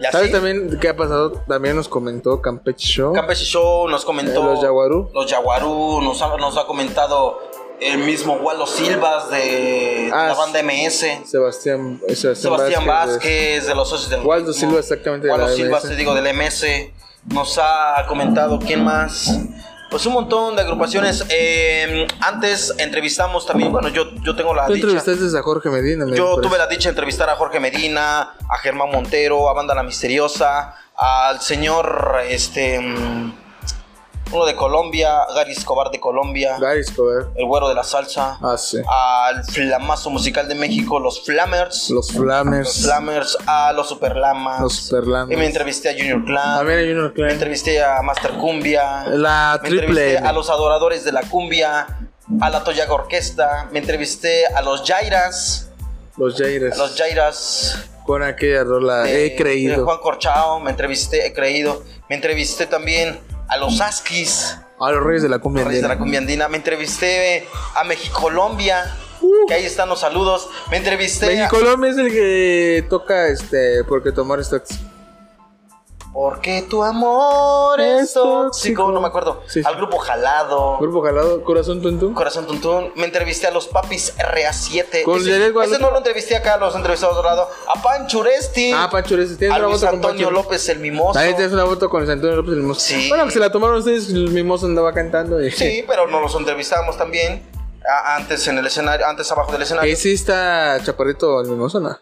S7: Y así,
S6: ¿Sabes también qué ha pasado? También nos comentó Campeche Show.
S7: Campeche Show nos comentó.
S6: Eh, los Yaguarú.
S7: Los Yaguarú, nos ha, nos ha comentado el mismo Waldo Silvas de
S6: Ah,
S7: la
S6: sí.
S7: banda MS.
S6: Sebastián, eh,
S7: Sebastián Vázquez, de los socios del
S6: Waldo
S7: Ritmo.
S6: Silva, exactamente, de
S7: Waldo
S6: la
S7: Silva,
S6: MS.
S7: te digo, del MS. Nos ha comentado quién más. Pues un montón de agrupaciones. Eh, antes entrevistamos también, bueno, yo, yo tengo la
S6: Tú
S7: dicha.
S6: entrevistaste a Jorge Medina. me
S7: Yo
S6: parece.
S7: tuve la dicha de entrevistar a Jorge Medina, a Germán Montero, a Banda La Misteriosa, al señor, este, mm, uno de Colombia, Gary Escobar de Colombia,
S6: Gary Escobar.
S7: el güero de la salsa,
S6: Ah, sí.
S7: al flamazo musical de México, los Flammers,
S6: Los Flamers.
S7: los Flammers, a los Superlamas,
S6: Los Superlamas.
S7: y me entrevisté a Junior Clan,
S6: También Ah, hay uno
S7: me
S6: que...
S7: entrevisté a Master Cumbia,
S6: La
S7: me entrevisté
S6: triple N.
S7: a los adoradores de la cumbia, a la Toyaga Orquesta, me entrevisté a los Jairas,
S6: Los
S7: a
S6: Jaires.
S7: los Jairas
S6: Con aquella rola.
S7: de-
S6: Ah, he creído.
S7: de Juan Corchao, me entrevisté, he creído, me entrevisté también a los Askis,
S6: A Ah, los Reyes de la Cumbia.
S7: Reyes de la
S6: Andina.
S7: cumbia andina, me entrevisté a Mexicolombia,
S6: Uh.
S7: que ahí están los saludos, me entrevisté a-
S6: Mexicolombia es el que toca este. Porque tomar es tóxico.
S7: porque tu amor es
S6: Es tóxico.
S7: tóxico, no me acuerdo,
S6: Sí, sí.
S7: al grupo Jalado.
S6: Grupo jalado, corazón tuntún.
S7: Corazón Tuntún, me entrevisté a los papis RA7.
S6: Con
S7: ese,
S6: Yaret Guadalupe.
S7: ese no lo entrevisté acá, los entrevisté a otro lado. A Pancho Uresti,
S6: Ah, Pancho Reyes. Tienes
S7: a
S6: una
S7: Luis
S6: foto con
S7: Antonio
S6: Pancho.
S7: López el Mimoso.
S6: Ahí tienes una foto con Luis Antonio López el Mimoso.
S7: Sí.
S6: Bueno, que se la tomaron ustedes. El mimoso andaba cantando. Y...
S7: Sí, pero nos los entrevistamos también. a- antes en el escenario, antes abajo del escenario.
S6: Ahí sí está Chaparrito el mimoso, ¿no?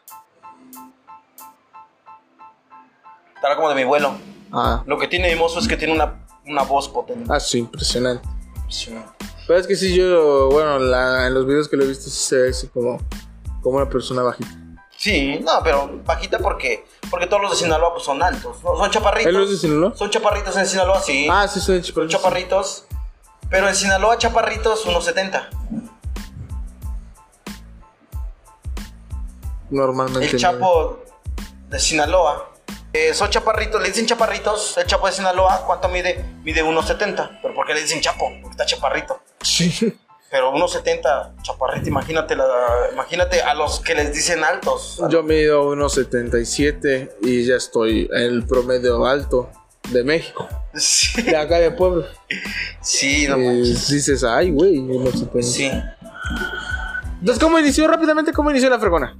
S7: Estaba como de mi vuelo.
S6: Ah,
S7: Lo que tiene Mimoso es que tiene una, una voz potente.
S6: ah, sí, impresionante.
S7: Impresionante.
S6: Pero es que sí, yo, bueno, la- en los videos que lo he visto, sí se ve así como, como una persona bajita.
S7: Sí, no, pero bajita porque porque todos los de Sinaloa pues, son altos, ¿no? son chaparritos.
S6: ¿Él no es de Sinaloa?
S7: Son chaparritos en Sinaloa, sí.
S6: Ah, sí, son
S7: son
S6: chaparritos.
S7: chaparritos. Pero en Sinaloa chaparritos 1.70.
S6: Normalmente.
S7: El Chapo de Sinaloa. Eh, son chaparritos, le dicen chaparritos. El Chapo de Sinaloa, ¿cuánto mide? Mide 1,70. ¿Pero por qué le dicen Chapo? Porque está chaparrito.
S6: Sí.
S7: Pero 1,70, chaparrito, imagínate, la- imagínate a los que les dicen altos. A-
S6: Yo mido 1.77 y ya estoy en el promedio alto de México.
S7: Sí,
S6: De acá de Puebla.
S7: sí, no
S6: Eh,
S7: manches.
S6: dices, ay, güey, 1.70.
S7: Sí.
S6: Entonces, ¿cómo inició rápidamente? ¿Cómo inició la fregona?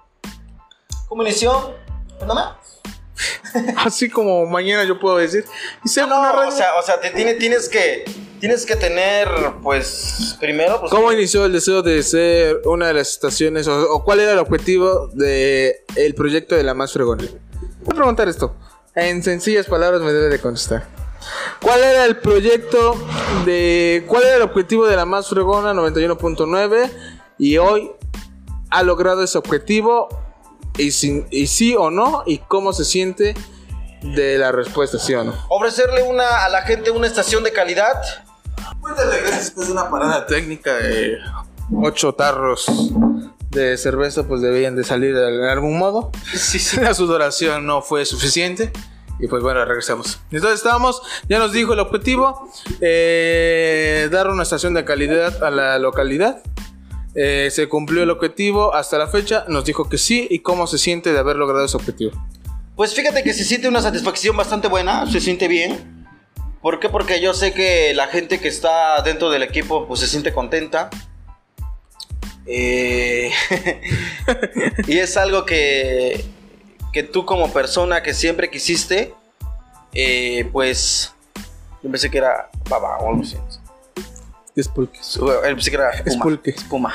S7: ¿Cómo inició? Pues nada más.
S6: Así como mañana yo puedo decir. Y se
S7: No, o sea, o sea, te tiene- tienes que tienes que tener, pues, primero, pues,
S6: ¿Cómo inició el deseo de ser una de las estaciones o, o cuál era el objetivo del el proyecto de la más fregona? Voy a preguntar esto. En sencillas palabras me debe de contestar. ¿Cuál era el proyecto de... ¿Cuál era el objetivo de la más fregona 91.9? Y hoy ha logrado ese objetivo y, sin- y sí o no y cómo se siente de la respuesta, sí o no.
S7: ofrecerle una a la gente una estación de calidad.
S6: después de una parada técnica de ocho tarros de cerveza, pues debían de salir de algún modo. La sudoración no fue suficiente. Y pues bueno, regresamos. Entonces estábamos, ya nos dijo el objetivo, eh, dar una estación de calidad a la localidad. Eh, se cumplió el objetivo hasta la fecha, nos dijo que sí y cómo se siente de haber logrado ese objetivo.
S7: Pues fíjate que se siente una satisfacción bastante buena, se siente bien. ¿Por qué? Porque yo sé que la gente que está dentro del equipo pues se siente contenta. Eh, y es algo que, que tú como persona que siempre quisiste, eh, pues yo pensé que era baba o algo así.
S6: Despulques.
S7: Bueno, él pensé que era espuma.
S6: Espulque.
S7: espuma.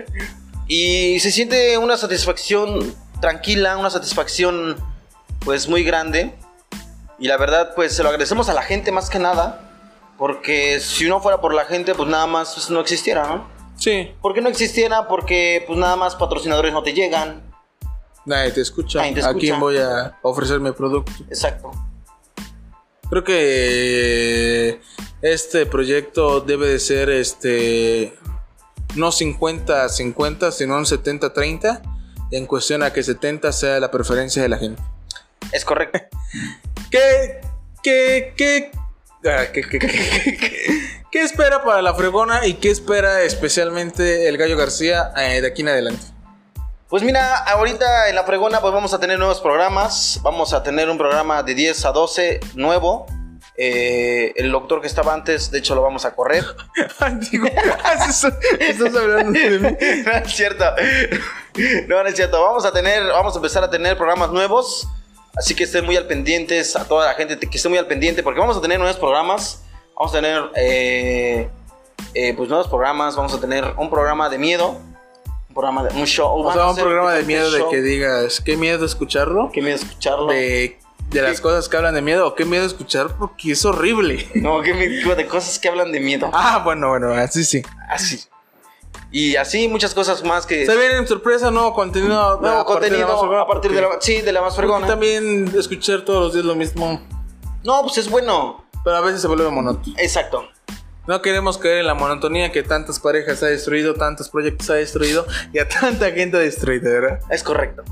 S7: y se siente una satisfacción tranquila, una satisfacción pues muy grande. Y la verdad pues se lo agradecemos a la gente más que nada. Porque si no fuera por la gente pues nada más pues, no existiera, ¿no?
S6: Sí,
S7: ¿Por qué no existiera? Porque pues nada más patrocinadores no te llegan.
S6: nadie te escucha.
S7: Nadie te
S6: ¿A quién
S7: escucha.
S6: voy a ofrecer mi producto?
S7: Exacto.
S6: Creo que este proyecto debe de ser este no 50-50, sino un 70-30 en cuestión a que 70 sea la preferencia de la gente.
S7: Es correcto.
S6: ¿Qué, qué, qué, ah, qué, qué, qué, qué- qué- qué espera para la fregona y qué espera especialmente el Gallo García eh, de aquí en adelante?
S7: Pues mira, ahorita en La Fregona pues vamos a tener nuevos programas. Vamos a tener un programa de 10 a 12 nuevo. Eh, el doctor que estaba antes, de hecho, lo vamos a correr.
S6: Digo, estás estás hablando de mí.
S7: no es cierto. No, no es cierto. Vamos a tener, vamos a empezar a tener programas nuevos. Así que estén muy al pendientes a toda la gente que esté muy al pendiente porque vamos a tener nuevos programas. Vamos a tener eh, eh, pues nuevos programas. Vamos a tener un programa de miedo, un programa de un show.
S6: O
S7: Vamos
S6: sea,
S7: a
S6: un
S7: hacer
S6: programa de
S7: un
S6: miedo de
S7: show.
S6: que digas, qué miedo escucharlo,
S7: Qué miedo escucharlo.
S6: de, de las cosas que hablan de miedo, o qué miedo escuchar porque es horrible.
S7: No, qué miedo de cosas que hablan de miedo.
S6: Ah, bueno, bueno, así sí.
S7: Así. Y así muchas cosas más que.
S6: Se vienen sorpresa, nuevo contenido.
S7: Nuevo
S6: a partir de la
S7: contenido
S6: más fregona,
S7: a partir de
S6: porque-
S7: la. Sí, de la más
S6: porque
S7: fregona.
S6: también escuchar todos los días lo mismo,
S7: No, pues es bueno.
S6: pero a veces se vuelve monótono.
S7: Exacto.
S6: No queremos caer en la monotonía que tantas parejas ha destruido, tantos proyectos ha destruido y a tanta gente ha destruido, ¿verdad?
S7: Es correcto.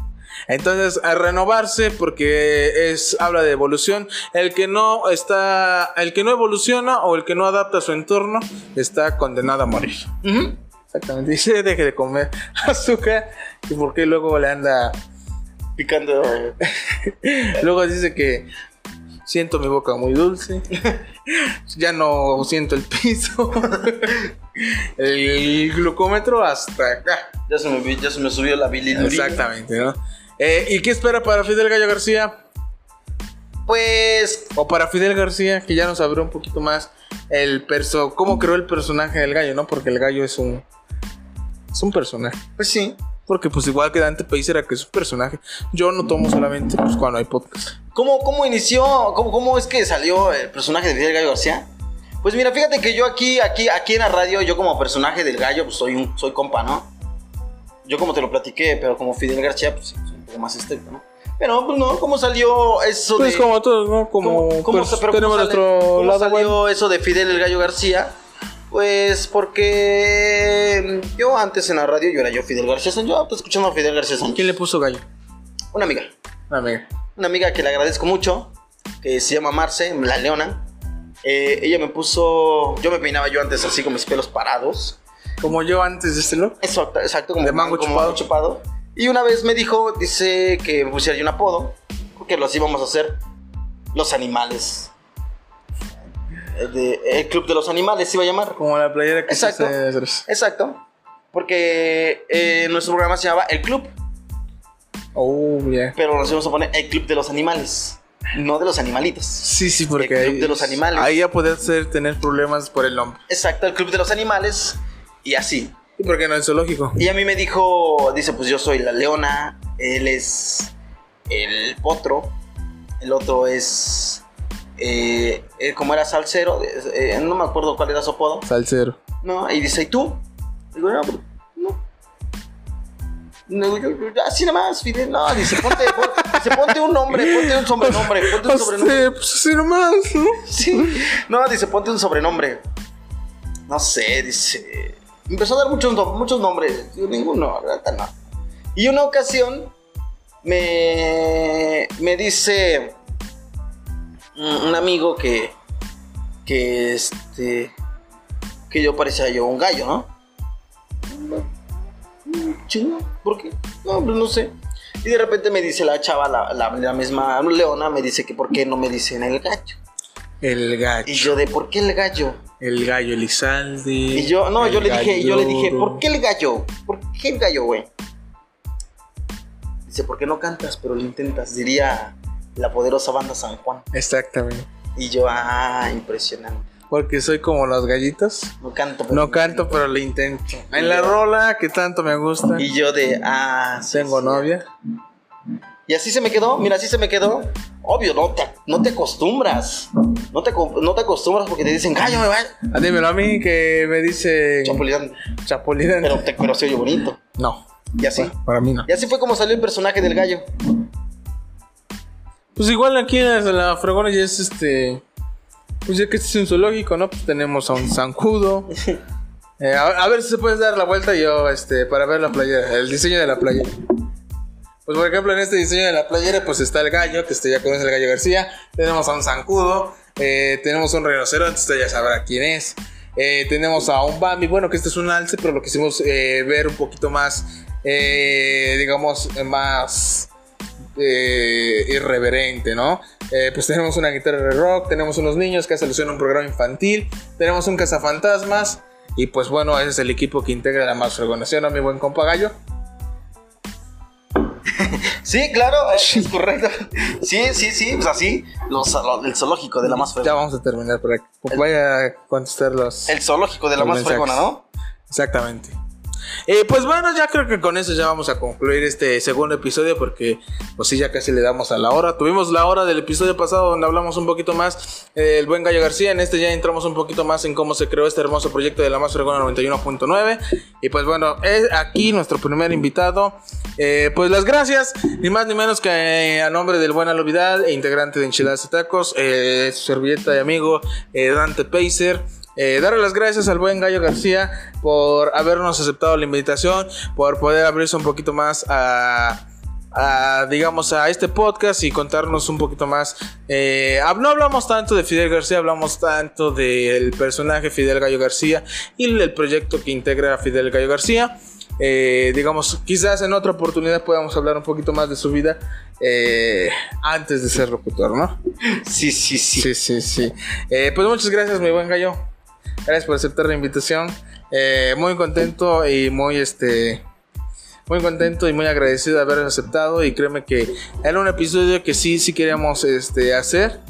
S6: Entonces, a renovarse porque es habla de evolución. El que no está, el que no evoluciona o el que no adapta a su entorno está condenado a morir. Exactamente. Dice, deje de comer azúcar y porque luego le anda,
S7: Picando.
S6: luego dice que siento mi boca muy dulce. ya no siento el piso. el glucómetro hasta acá.
S7: Ya se me, vi- ya se me subió la bilirrubina.
S6: Exactamente, ¿no? Eh, ¿Y qué espera para Fidel Gallo García?
S7: Pues.
S6: O para Fidel García, que ya nos abrió un poquito más el perso, cómo creó el personaje del gallo, ¿no? Porque el gallo es un es un personaje.
S7: Pues sí.
S6: Porque pues igual que Dante Pace era que es un personaje. Yo no tomo solamente pues cuando hay podcast.
S7: ¿Cómo, cómo inició? Cómo, cómo es que salió el personaje de Fidel Gallo García? Pues mira, fíjate que yo aquí, aquí, aquí en la radio, yo como personaje del gallo, pues soy un, soy compa, ¿no? Yo como te lo platiqué, pero como Fidel García, pues soy un poco más estricto, ¿no? Pero pues no, ¿cómo salió eso
S6: Pues
S7: de.
S6: como todos, ¿no? Como
S7: ¿Cómo, cómo
S6: pues,
S7: se- pero
S6: tenemos
S7: cómo sale-
S6: nuestro
S7: cómo
S6: lado
S7: salió
S6: bueno.
S7: eso de Fidel el Gallo García? Pues porque mm, yo antes en la radio yo era yo Fidel García Sánchez, yo pues, escuchando a Fidel García Sánchez.
S6: ¿Quién le puso gallo?
S7: Una amiga,
S6: Amiga.
S7: una amiga que le agradezco mucho, que se llama Marce, la Leona. Eh, ella me puso, yo me peinaba yo antes así con mis pelos parados.
S6: Como yo antes de este look.
S7: Exacto, exacto, como,
S6: De mango
S7: como
S6: chupado.
S7: chupado. Y una vez me dijo, dice que me pusiera yo un apodo, porque los íbamos a hacer los animales. El, de- el Club de los Animales se iba a llamar.
S6: Como la playera que
S7: Exacto.
S6: se hace-
S7: Exacto, porque eh, nuestro programa se llamaba El Club,
S6: Oh, yeah.
S7: pero nos íbamos a poner El Club de los Animales, no de los animalitos.
S6: Sí, sí, porque
S7: El club
S6: ahí-
S7: de los animales.
S6: Ahí ya podías ser- tener problemas por el nombre.
S7: Exacto, El Club de los Animales y así.
S6: ¿Y por qué no es zoológico?
S7: Y a mí me dijo, dice, pues yo soy la leona, él es el potro, el otro es, eh, eh, como era salsero, eh, eh, no me acuerdo cuál era su apodo,
S6: Salsero.
S7: ¿no? Y dice, ¿y tú? Digo, no, pero no. No, yo- yo- así nada más, Fidel, no, dice, ponte, pon- dice, ponte un nombre, ponte un sobrenombre, ponte un sobrenombre.
S6: Este, pues así nomás, ¿no?
S7: Sí. No, dice, ponte un sobrenombre. No sé, dice. Me Empezó a dar muchos, nom- muchos nombres. Digo, ninguno, la neta no. Y una ocasión me, me dice un un amigo que, que este, que yo parecía yo un gallo, ¿no? Chingo, ¿por qué? No, pues no sé. Y de repente me dice la chava, la, la- la misma leona, me dice que por qué no me dicen el gallo.
S6: El
S7: Y
S6: gallo.
S7: yo de ¿por qué el gallo?
S6: El gallo Elizalde.
S7: Y yo, no,
S6: el
S7: yo le dije, yo le dije,
S6: gallo.
S7: ¿por qué el gallo? ¿Por qué el gallo, güey? Dice, ¿por qué no cantas, pero lo intentas? Diría la poderosa banda San Juan.
S6: Exactamente.
S7: Y yo, ah, impresionante.
S6: Porque soy como los gallitos.
S7: No canto, pero
S6: No
S7: lo
S6: canto,
S7: intento.
S6: pero lo intento. En la rola que tanto me gusta.
S7: Y yo de, ah, sí,
S6: Tengo
S7: sí.
S6: novia.
S7: Y así se me quedó, mira, así se me quedó. Obvio, no te, no te acostumbras. No te, co- no te acostumbras porque te dicen, gallo, me va.
S6: Ah, dímelo a mí que me dice.
S7: Chapolin,
S6: Chapolin.
S7: Pero, te, pero se oye bonito.
S6: No.
S7: Y así.
S6: Para mí no.
S7: Y así fue como salió el personaje del gallo.
S6: Pues igual aquí en la fregona ya es este. Pues ya que este es un zoológico, ¿no? Pues tenemos a un zancudo. Eh, a, a ver si se puede dar la vuelta yo, este, para ver la playa, el diseño de la playa. Pues por ejemplo, en este diseño de la playera, pues está el gallo, que este ya conoce el gallo García. Tenemos a un zancudo, eh, tenemos un rinoceronte, usted ya sabrá quién es. Eh, tenemos a un Bambi, bueno, que este es un alce, pero lo quisimos eh, ver un poquito más, eh, digamos, más eh, irreverente, ¿no? Eh, pues tenemos una guitarra de rock, tenemos unos niños que hace alusión a un programa infantil, tenemos un cazafantasmas, y pues bueno, ese es el equipo que integra la más organización, ¿no, mi buen compa Gallo?
S7: Sí, claro, es es correcto. Sí, sí, sí, pues así, los, lo- el zoológico de la más
S6: Ya
S7: fregona.
S6: vamos a terminar para que vaya a contestar los.
S7: El zoológico de la
S6: Los
S7: más
S6: mensajes.
S7: fregona, ¿no?
S6: Exactamente. Eh, pues bueno, ya creo que con eso ya vamos a concluir este segundo episodio porque pues sí, ya casi le damos a la hora. Tuvimos la hora del episodio pasado donde hablamos un poquito más eh, del buen Gallo García. En este ya entramos un poquito más en cómo se creó este hermoso proyecto de la Más Fregona 91.9. Y pues bueno, es aquí nuestro primer invitado. Eh, pues las gracias, ni más ni menos que eh, a nombre del buen Alo Vidal, e integrante de Enchiladas y Tacos, eh, su servilleta y amigo eh, Dante Pacer. Eh, darle las gracias al buen Gallo García por habernos aceptado la invitación, por poder abrirse un poquito más a, a, digamos, a este podcast y contarnos un poquito más. Eh, hab- no hablamos tanto de Fidel García, hablamos tanto del personaje Fidel Gallo García y el proyecto que integra a Fidel Gallo García. Eh, digamos, quizás en otra oportunidad podamos hablar un poquito más de su vida eh, antes de ser locutor, ¿no?
S7: Sí, sí, sí.
S6: Sí, sí, sí. Eh, pues muchas gracias, mi buen gallo. Gracias por aceptar la invitación. Eh, muy contento y muy este. Muy contento y muy agradecido de haber aceptado. Y créeme que era un episodio que sí, sí queríamos este, hacer.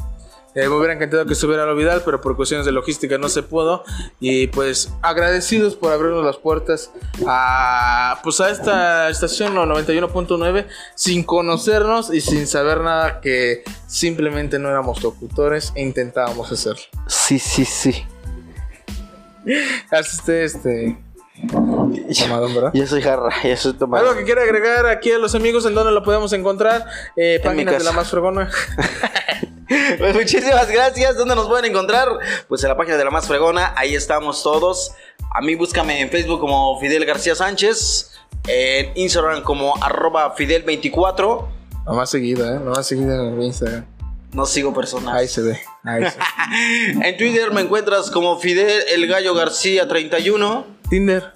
S6: Eh, me hubiera encantado que estuviera lo Vidal, pero por cuestiones de logística no se pudo. Y pues agradecidos por abrirnos las puertas a, pues, a esta estación ¿no? 91.9 sin conocernos y sin saber nada que simplemente no éramos locutores e intentábamos hacer.
S7: Sí, sí, sí.
S6: Haz usted este... Tomadón, ¿verdad?
S7: Yo soy jarra, yo soy tomado.
S6: Algo que quiera agregar aquí a los amigos en donde lo podemos encontrar. Eh,
S7: En mi
S6: páginas de la
S7: casa.
S6: más fregona.
S7: Pues muchísimas gracias. ¿Dónde nos pueden encontrar? Pues en la página de La Más Fregona. Ahí estamos todos. A mí búscame en Facebook como Fidel García Sánchez. En Instagram como arroba Fidel24.
S6: Lo más seguida, ¿eh? Lo más seguida en Instagram.
S7: No sigo personas.
S6: Ahí se ve. Ahí se ve.
S7: En Twitter me encuentras como Fidel El Gallo García 31.
S6: Tinder.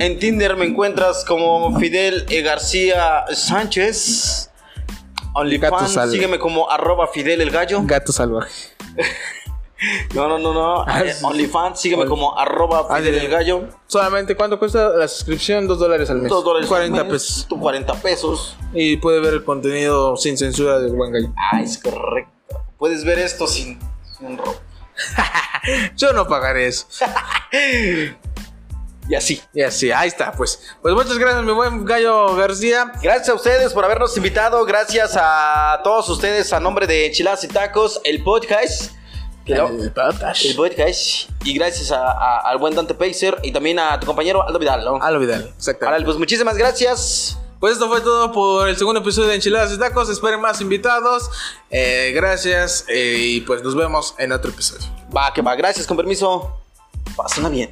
S7: En Tinder me encuentras como Fidel eh, García Sánchez.
S6: Gato
S7: OnlyFans,
S6: sale.
S7: sígueme como arroba Fidel el Gallo.
S6: Gato salvaje.
S7: No, no, no, no.
S6: Ah,
S7: Eh,
S6: sí.
S7: OnlyFans, sígueme
S6: Only-
S7: como arroba
S6: Ah,
S7: Fidel
S6: sí.
S7: el Gallo.
S6: Solamente, ¿cuánto cuesta la suscripción? Dos dólares al mes.
S7: Dos dólares. al
S6: 40
S7: mes,
S6: pesos.
S7: tú 40 pesos.
S6: Y puede ver el contenido sin censura del buen gallo.
S7: Ah, es correcto. Puedes ver esto sin, sin ropa.
S6: Yo no pagaré eso.
S7: Y así.
S6: Y así, ahí está, pues. Pues muchas gracias, mi buen gallo García.
S7: Gracias a ustedes por habernos invitado. Gracias a todos ustedes a nombre de Chilas y Tacos, el podcast. Que lo- el podcast. Y gracias a- a- al buen Dante Pacer y también a tu compañero Aldo Vidal. ¿no?
S6: Al Vidal,
S7: Órale,
S6: exactamente.
S7: pues muchísimas gracias.
S6: Pues esto fue todo por el segundo episodio de Enchiladas y Tacos. Esperen más invitados. Eh, gracias eh, y pues nos vemos en otro episodio.
S7: Va, que va. Gracias, con permiso. Pásenla bien.